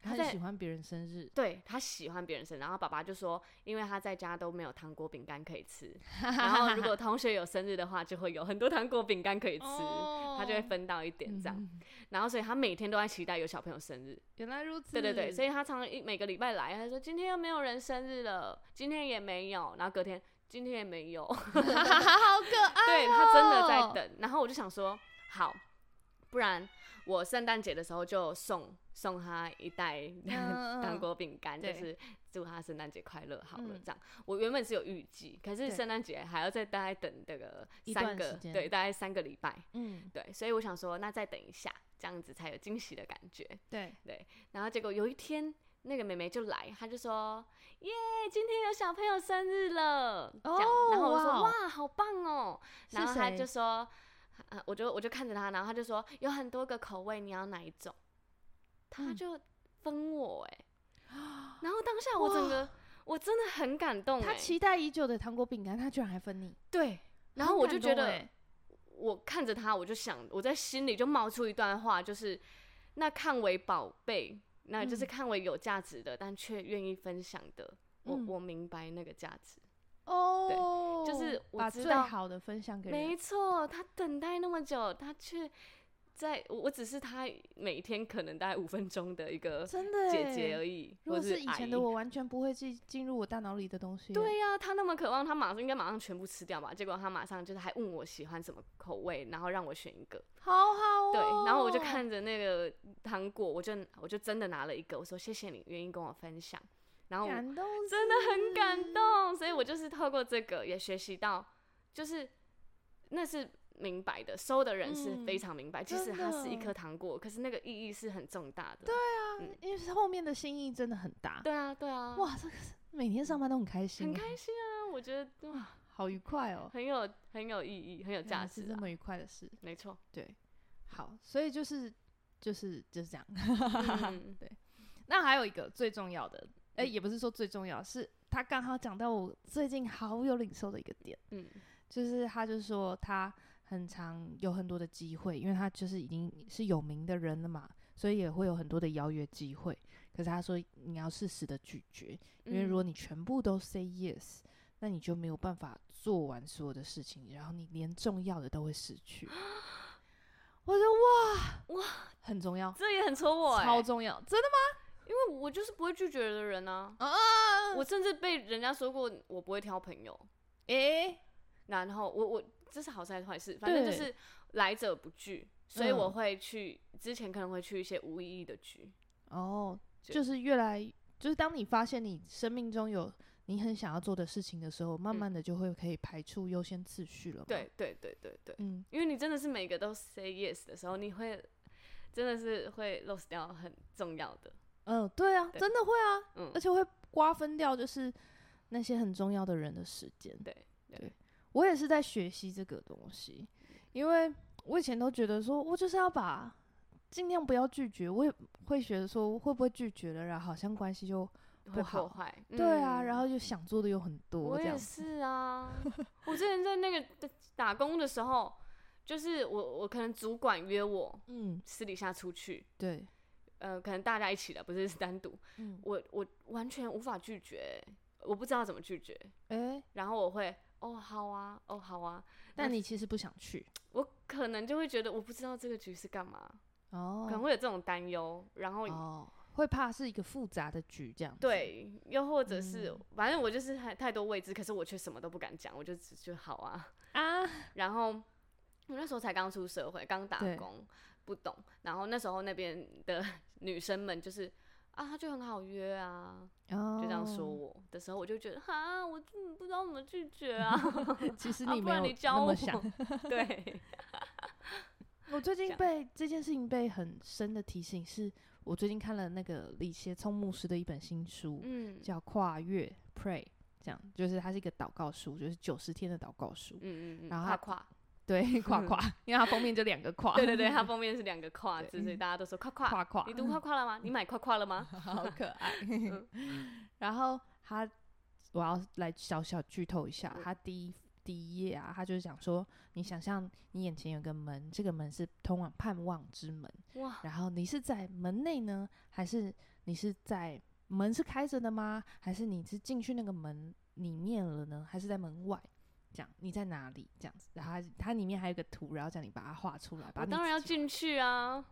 [SPEAKER 2] 他
[SPEAKER 1] 哦在
[SPEAKER 2] 很喜欢别人生日，
[SPEAKER 1] 对他喜欢别人生，然后爸爸就说，因为他在家都没有糖果饼干可以吃，然后如果同学有生日的话，就会有很多糖果饼干可以吃，
[SPEAKER 2] 哦
[SPEAKER 1] 他就会分到一点这样。
[SPEAKER 2] 嗯
[SPEAKER 1] 然后所以他每天都在期待有小朋友生日，
[SPEAKER 2] 原来如此，
[SPEAKER 1] 对对对，所
[SPEAKER 2] 以 [laughs]
[SPEAKER 1] 以他常常一每个礼拜来，他就说今天又没有人生日了，今天也没有，然后隔天今天也没有，
[SPEAKER 2] 好可爱。
[SPEAKER 1] 对他真的
[SPEAKER 2] 哦
[SPEAKER 1] 在等。然后我就想说，好，不然我圣诞节的时候就送送他一袋 [laughs]
[SPEAKER 2] 嗯嗯
[SPEAKER 1] 糖果饼干，就
[SPEAKER 2] 对
[SPEAKER 1] 是祝他圣诞节快乐好了。
[SPEAKER 2] 嗯
[SPEAKER 1] 这样，我原本是有预计，可是
[SPEAKER 2] 对
[SPEAKER 1] 圣诞节还要再大概等这个
[SPEAKER 2] 一
[SPEAKER 1] 三
[SPEAKER 2] 段
[SPEAKER 1] 个
[SPEAKER 2] 时，间
[SPEAKER 1] 对，大概三个礼拜，
[SPEAKER 2] 嗯，
[SPEAKER 1] 对，所以我想说，那再等一下，这样子才有惊喜的感觉。
[SPEAKER 2] 对，
[SPEAKER 1] 然后结果有一天。那个妹妹就来，她就说：“耶，今天有小朋友生日了。这样
[SPEAKER 2] 哦
[SPEAKER 1] 然后我说：“
[SPEAKER 2] 哇哦
[SPEAKER 1] 哇，好棒哦！”然后他
[SPEAKER 2] 是谁
[SPEAKER 1] 就说，啊我就我就看着他，然后他就说有很多个口味，你要哪一种？他
[SPEAKER 2] 嗯啊
[SPEAKER 1] 就分我哎、然后当下我整个我真的很感动、欸，
[SPEAKER 2] 他期待已久的糖果饼干，他居然还分你，
[SPEAKER 1] 对，然后我就
[SPEAKER 2] 很
[SPEAKER 1] 觉
[SPEAKER 2] 感动
[SPEAKER 1] 得
[SPEAKER 2] 欸，
[SPEAKER 1] 我看着他，我就想我在心里就冒出一段话，就是那看为宝贝，那就是
[SPEAKER 2] 嗯
[SPEAKER 1] 看为有价值的，但却愿意分享的。我
[SPEAKER 2] 嗯
[SPEAKER 1] 我明白那个价值，
[SPEAKER 2] 哦，
[SPEAKER 1] 就是我
[SPEAKER 2] 把
[SPEAKER 1] 知
[SPEAKER 2] 最
[SPEAKER 1] 道
[SPEAKER 2] 好的分享给人，
[SPEAKER 1] 没错，他等待那么久，他却在我我只是她每天可能大概五分钟的一个
[SPEAKER 2] 真的欸
[SPEAKER 1] 姐姐
[SPEAKER 2] 已。
[SPEAKER 1] 而已，
[SPEAKER 2] 如果
[SPEAKER 1] 或是
[SPEAKER 2] 是以前
[SPEAKER 1] 阿
[SPEAKER 2] 的
[SPEAKER 1] 姨
[SPEAKER 2] 我，完全不会进进入我大脑里的东西。欸
[SPEAKER 1] 对呀、她那么渴望，她马上应该马上全部吃掉吧？结果她马上就是还问我喜欢什么口味，然后让我选一个。
[SPEAKER 2] 好好哦。
[SPEAKER 1] 对，然后我就看着那个糖果，我就我就真的拿了一个，我说谢谢你愿意跟我分享，然后我
[SPEAKER 2] 感动死，
[SPEAKER 1] 真的很感动，所以我就是透过这个也学习到，就是那是明白的，收的人是非常明白，即使
[SPEAKER 2] 嗯真
[SPEAKER 1] 它
[SPEAKER 2] 的
[SPEAKER 1] 是一颗糖果，可是那个意义是很重大的。对啊，嗯
[SPEAKER 2] 因为是后面的心意真的很大。
[SPEAKER 1] 对啊，对啊，
[SPEAKER 2] 哇，这个是每天上班都很开心
[SPEAKER 1] 很
[SPEAKER 2] 耶，
[SPEAKER 1] 开心啊！我觉得哇，
[SPEAKER 2] 好愉快哦，
[SPEAKER 1] 很有很有意义，很有价
[SPEAKER 2] 原来是
[SPEAKER 1] 值
[SPEAKER 2] 这
[SPEAKER 1] 啊，
[SPEAKER 2] 么愉快的事。
[SPEAKER 1] 没
[SPEAKER 2] [laughs]
[SPEAKER 1] 错。
[SPEAKER 2] 对，好，所以就是就是就是这样。
[SPEAKER 1] 嗯
[SPEAKER 2] 那还有一个最重要的，哎、也不是说最重要，是他刚好讲到我最近好有领受的一个点，
[SPEAKER 1] 嗯
[SPEAKER 2] 就是他就说他很常有很多的机会，因为他就是已经是有名的人了嘛，所以也会有很多的邀约机会。可是他说你要适时的拒绝，因为
[SPEAKER 1] 嗯
[SPEAKER 2] 如果你全部都 say yes，、那你就没有办法做完所有的事情，然后你连重要的都会失去。 [gasps] 我说哇
[SPEAKER 1] 哇，
[SPEAKER 2] 很重要，
[SPEAKER 1] 这也很戳我、欸，
[SPEAKER 2] 超重要，真的
[SPEAKER 1] 因为我就是不会拒绝的人啊。
[SPEAKER 2] 啊
[SPEAKER 1] 我甚至被人家说过我不会挑朋友，
[SPEAKER 2] 诶、
[SPEAKER 1] 然后我我这是好事还是坏事？反正就
[SPEAKER 2] 对
[SPEAKER 1] 是来者不拒，所以我
[SPEAKER 2] 嗯
[SPEAKER 1] 会去、之前可能会去一些无意义的局。
[SPEAKER 2] 哦，
[SPEAKER 1] 就
[SPEAKER 2] 就是越来，就是当你发现你生命中有你很想要做的事情的时候，
[SPEAKER 1] 嗯
[SPEAKER 2] 慢慢的就会可以排出优先次序了。
[SPEAKER 1] 对，对对对对，
[SPEAKER 2] 嗯，
[SPEAKER 1] 因为你真的是每个都 say yes 的时候，你会真的是会 lose 掉很重要的。
[SPEAKER 2] 嗯、对啊，
[SPEAKER 1] 对
[SPEAKER 2] 真的会啊，
[SPEAKER 1] 嗯
[SPEAKER 2] 而，且会瓜分掉就是那些很重要的人的时间。
[SPEAKER 1] 对对
[SPEAKER 2] 我也是在学习这个东西，因为我以前都觉得说我就是要把尽量不要拒绝，我也会觉得说会不会拒绝了，然后好像关系就、
[SPEAKER 1] 会
[SPEAKER 2] 不好
[SPEAKER 1] 破坏。
[SPEAKER 2] 对啊，
[SPEAKER 1] 嗯
[SPEAKER 2] 然后就想做的又很多
[SPEAKER 1] 我
[SPEAKER 2] 这样
[SPEAKER 1] 也
[SPEAKER 2] 子。
[SPEAKER 1] 是啊，我之前在那个打打工的时候，就是我我可能主管约我
[SPEAKER 2] 嗯，
[SPEAKER 1] 私底下出去，
[SPEAKER 2] 对，
[SPEAKER 1] 呃，可能大家一起的，不是单独，
[SPEAKER 2] 嗯，
[SPEAKER 1] 我我完全无法拒绝，我不知道怎么拒绝，
[SPEAKER 2] 哎、
[SPEAKER 1] 然后我会哦好啊，哦好啊，
[SPEAKER 2] 但你其实不想去
[SPEAKER 1] 我可能就会觉得我不知道这个局是干嘛，
[SPEAKER 2] 哦
[SPEAKER 1] 可能会有这种担忧，然后、
[SPEAKER 2] 哦，会怕是一个复杂的局这样子。，
[SPEAKER 1] 对，又或者是、
[SPEAKER 2] 嗯
[SPEAKER 1] 反正我就是太太多未知，可是我却什么都不敢讲，我就只就好啊，
[SPEAKER 2] 啊，
[SPEAKER 1] 然后我那时候才刚出社会，刚打
[SPEAKER 2] 对
[SPEAKER 1] 工，不懂，然后那时候那边的 [laughs] 女生们就是。啊，他就很好约啊，
[SPEAKER 2] 就
[SPEAKER 1] 就这样
[SPEAKER 2] 哦
[SPEAKER 1] 说。我的时候，我就觉得哈，我真的不知道怎么拒绝
[SPEAKER 2] [laughs]
[SPEAKER 1] 啊。[laughs]
[SPEAKER 2] 其实
[SPEAKER 1] 啊
[SPEAKER 2] 你
[SPEAKER 1] 不
[SPEAKER 2] 没
[SPEAKER 1] 然
[SPEAKER 2] 有
[SPEAKER 1] 你教
[SPEAKER 2] 那
[SPEAKER 1] 我
[SPEAKER 2] 么想。
[SPEAKER 1] [laughs]
[SPEAKER 2] [laughs]
[SPEAKER 1] 对，
[SPEAKER 2] 我最近
[SPEAKER 1] 样
[SPEAKER 2] 被这件事情被很深的提醒，是我最近看了那个李协聪牧师的一本新书，
[SPEAKER 1] 嗯
[SPEAKER 2] 叫《跨越 Pray》，这样就是它是一个祷告书，就是九十天的祷告书。
[SPEAKER 1] 嗯嗯，
[SPEAKER 2] 然后
[SPEAKER 1] 跨
[SPEAKER 2] 他
[SPEAKER 1] 跨，
[SPEAKER 2] 对，跨跨，因为它封面就两个
[SPEAKER 1] [laughs]
[SPEAKER 2] 跨。
[SPEAKER 1] 对对对，
[SPEAKER 2] [laughs]
[SPEAKER 1] 它封面是两个跨
[SPEAKER 2] 对嗯
[SPEAKER 1] 字，所以大家都说跨跨。
[SPEAKER 2] 跨跨 [laughs]
[SPEAKER 1] 你读跨跨了吗？你买跨跨了吗？ [laughs]
[SPEAKER 2] 好可爱。
[SPEAKER 1] 嗯
[SPEAKER 2] [laughs] 然后他，我要来小小剧透一
[SPEAKER 1] 嗯
[SPEAKER 2] 下，他第一第一页啊，他就是讲说，你想象你眼前有个门，这个门是通往盼望之门，
[SPEAKER 1] 哇，
[SPEAKER 2] 然后你是在门内呢，还是你是在门是开着的吗？还是你是进去那个门里面了呢？还是在门外？这样你在哪里？这样子，然后它它里面还有一个图，然后叫你把它画出来， [laughs] 把
[SPEAKER 1] 我
[SPEAKER 2] 你
[SPEAKER 1] 当然要
[SPEAKER 2] 自己
[SPEAKER 1] 进去啊。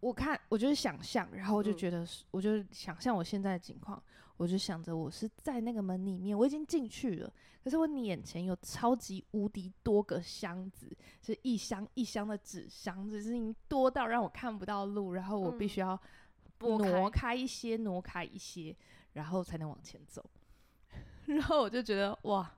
[SPEAKER 2] 我看我就是想象，然后我就
[SPEAKER 1] 嗯
[SPEAKER 2] 觉得是，我就想象我现在的情况，我就想着我是在那个门里面，我已经进去了，可是我眼前有超级无敌多个箱子，是一箱一箱的纸箱子，是已经多到让我看不到路，然后我必
[SPEAKER 1] 嗯
[SPEAKER 2] 须要
[SPEAKER 1] 拨
[SPEAKER 2] 挪
[SPEAKER 1] 开，
[SPEAKER 2] 开一些，挪开一些，然后才能往前走。 [laughs] 然后我就觉得哇，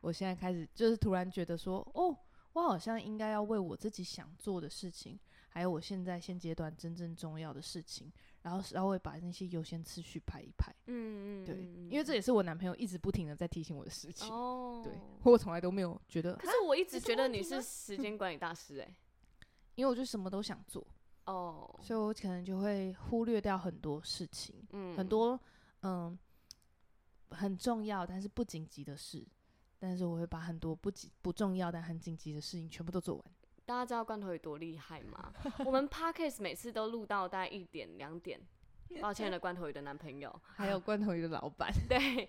[SPEAKER 2] 我现在开始就是突然觉得说，哦，我好像应该要为我自己想做的事情，还有我现在现阶段真正重要的事情，然后稍微把那些优先次序排一排。
[SPEAKER 1] 嗯嗯，
[SPEAKER 2] 对，
[SPEAKER 1] 嗯
[SPEAKER 2] 因为这也是我男朋友一直不停的在提醒我的事情。
[SPEAKER 1] 哦，
[SPEAKER 2] 对，我从来都没有觉得，
[SPEAKER 1] 可是我一直
[SPEAKER 2] 这是
[SPEAKER 1] 觉得
[SPEAKER 2] 问
[SPEAKER 1] 你
[SPEAKER 2] 题吗
[SPEAKER 1] 是时间管理大师
[SPEAKER 2] [laughs]
[SPEAKER 1] 哎。
[SPEAKER 2] 因为我就什么都想做，
[SPEAKER 1] 哦，
[SPEAKER 2] 所以我可能就会忽略掉很多事情。
[SPEAKER 1] 嗯，
[SPEAKER 2] 很多嗯很重要但是不紧急的事，但是我会把很多不紧不重要但很紧急的事情全部都做完。
[SPEAKER 1] 大家知道罐头有多厉害吗？我们 podcast 每次都录到大概一点两
[SPEAKER 2] [laughs]
[SPEAKER 1] 点。抱歉了，罐头鱼的男朋友。
[SPEAKER 2] [laughs] 还有罐头鱼的老板，
[SPEAKER 1] [laughs] 对，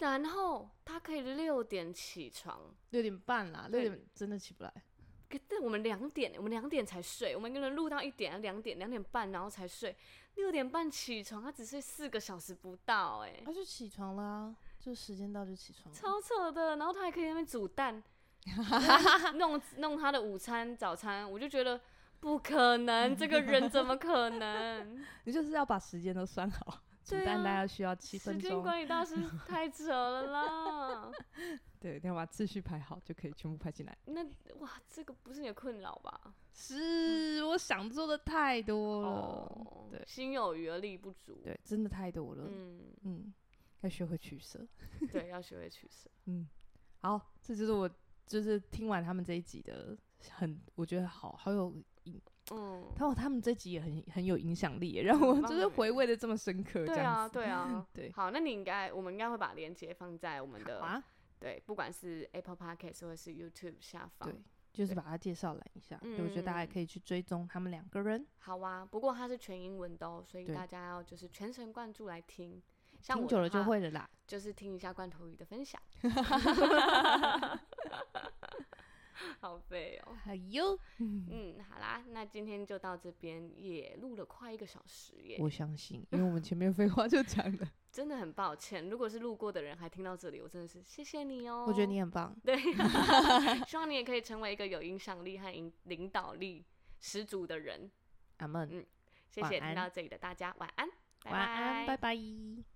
[SPEAKER 1] 啊然后他可以六点起床，
[SPEAKER 2] [laughs] 六点半啦，六
[SPEAKER 1] 对
[SPEAKER 2] 点真的起不来。
[SPEAKER 1] 可但我们两点，我们两点才睡，我们一个人录到一点、啊两点、两点半，然后才睡，六点半起床，他只睡四个小时不到、欸，
[SPEAKER 2] 他、就起床啦、就时间到就起床了。
[SPEAKER 1] 超扯的。然后他还可以在那边煮蛋，弄弄他的午餐、早餐，我就觉得不可能，这个人怎么可能？
[SPEAKER 5] 你就是要把时间都算好，煮
[SPEAKER 1] 对
[SPEAKER 5] 蛋大
[SPEAKER 1] 啊
[SPEAKER 5] 概需要 [laughs] 七
[SPEAKER 1] 时
[SPEAKER 5] 分
[SPEAKER 1] 间
[SPEAKER 5] 钟，
[SPEAKER 1] 管理大师太扯了啦！
[SPEAKER 5] 对，你要把秩序排好就可以全部排进来。
[SPEAKER 1] 那哇，这个不是你的困扰吧？
[SPEAKER 2] 是我想做的太多了，
[SPEAKER 1] 哦，
[SPEAKER 2] 对
[SPEAKER 1] 心有余而力不足。
[SPEAKER 2] 对，真的太多了。嗯
[SPEAKER 1] 嗯，
[SPEAKER 2] 要学会取舍。
[SPEAKER 1] 对，要学会取
[SPEAKER 2] [laughs]
[SPEAKER 1] 舍。
[SPEAKER 2] 嗯，好，这就是我就是听完他们这一集的很，我觉得好好有， [laughs]
[SPEAKER 1] 嗯，
[SPEAKER 2] 他他们这集也很很有影响力耶，让我
[SPEAKER 1] 很棒
[SPEAKER 2] 就是
[SPEAKER 1] 耶
[SPEAKER 2] 回味的这么深刻。
[SPEAKER 1] 对
[SPEAKER 2] 这样
[SPEAKER 1] 啊，
[SPEAKER 2] 子，
[SPEAKER 1] 对啊
[SPEAKER 2] [laughs] 对
[SPEAKER 1] 好，那你应该，我们应该会把链接放在我们的、
[SPEAKER 2] 好啊，
[SPEAKER 1] 对，不管是 Apple Podcast 或者是 YouTube 下方。
[SPEAKER 2] 对，就是
[SPEAKER 1] 对
[SPEAKER 2] 把它介绍来一下，对我觉得大家也
[SPEAKER 1] 嗯
[SPEAKER 2] 可以去追踪他们两个人。
[SPEAKER 1] 好啊，不过它是全英文的哦，所以
[SPEAKER 2] 对
[SPEAKER 1] 大家要就是全神贯注来听。像
[SPEAKER 2] 听
[SPEAKER 1] 我
[SPEAKER 2] 久
[SPEAKER 1] 的
[SPEAKER 2] 了就
[SPEAKER 1] 话
[SPEAKER 2] 会
[SPEAKER 1] [laughs]
[SPEAKER 2] 了啦。
[SPEAKER 1] 就是听一下罐头鱼的分
[SPEAKER 2] [laughs]
[SPEAKER 1] 享。 [laughs] 好背哦。
[SPEAKER 2] 哎呦，
[SPEAKER 1] 嗯，好啦，那今天就到这边，也录了快一个小时耶，
[SPEAKER 2] 我相信，因为我们前面废话就讲了，
[SPEAKER 1] 真的很抱歉，如果是路过的人还听到这里，我真的是谢谢你 [laughs] 哦。
[SPEAKER 2] 我觉得你很棒。
[SPEAKER 1] [laughs] 对，希望你也可以成为一个有影响力和引领导力十足的人。
[SPEAKER 2] 阿门，
[SPEAKER 1] 谢
[SPEAKER 2] 晚
[SPEAKER 1] 谢听
[SPEAKER 2] 安
[SPEAKER 1] 到这里的大家，晚安，拜
[SPEAKER 2] 晚安，
[SPEAKER 1] 拜
[SPEAKER 2] 拜拜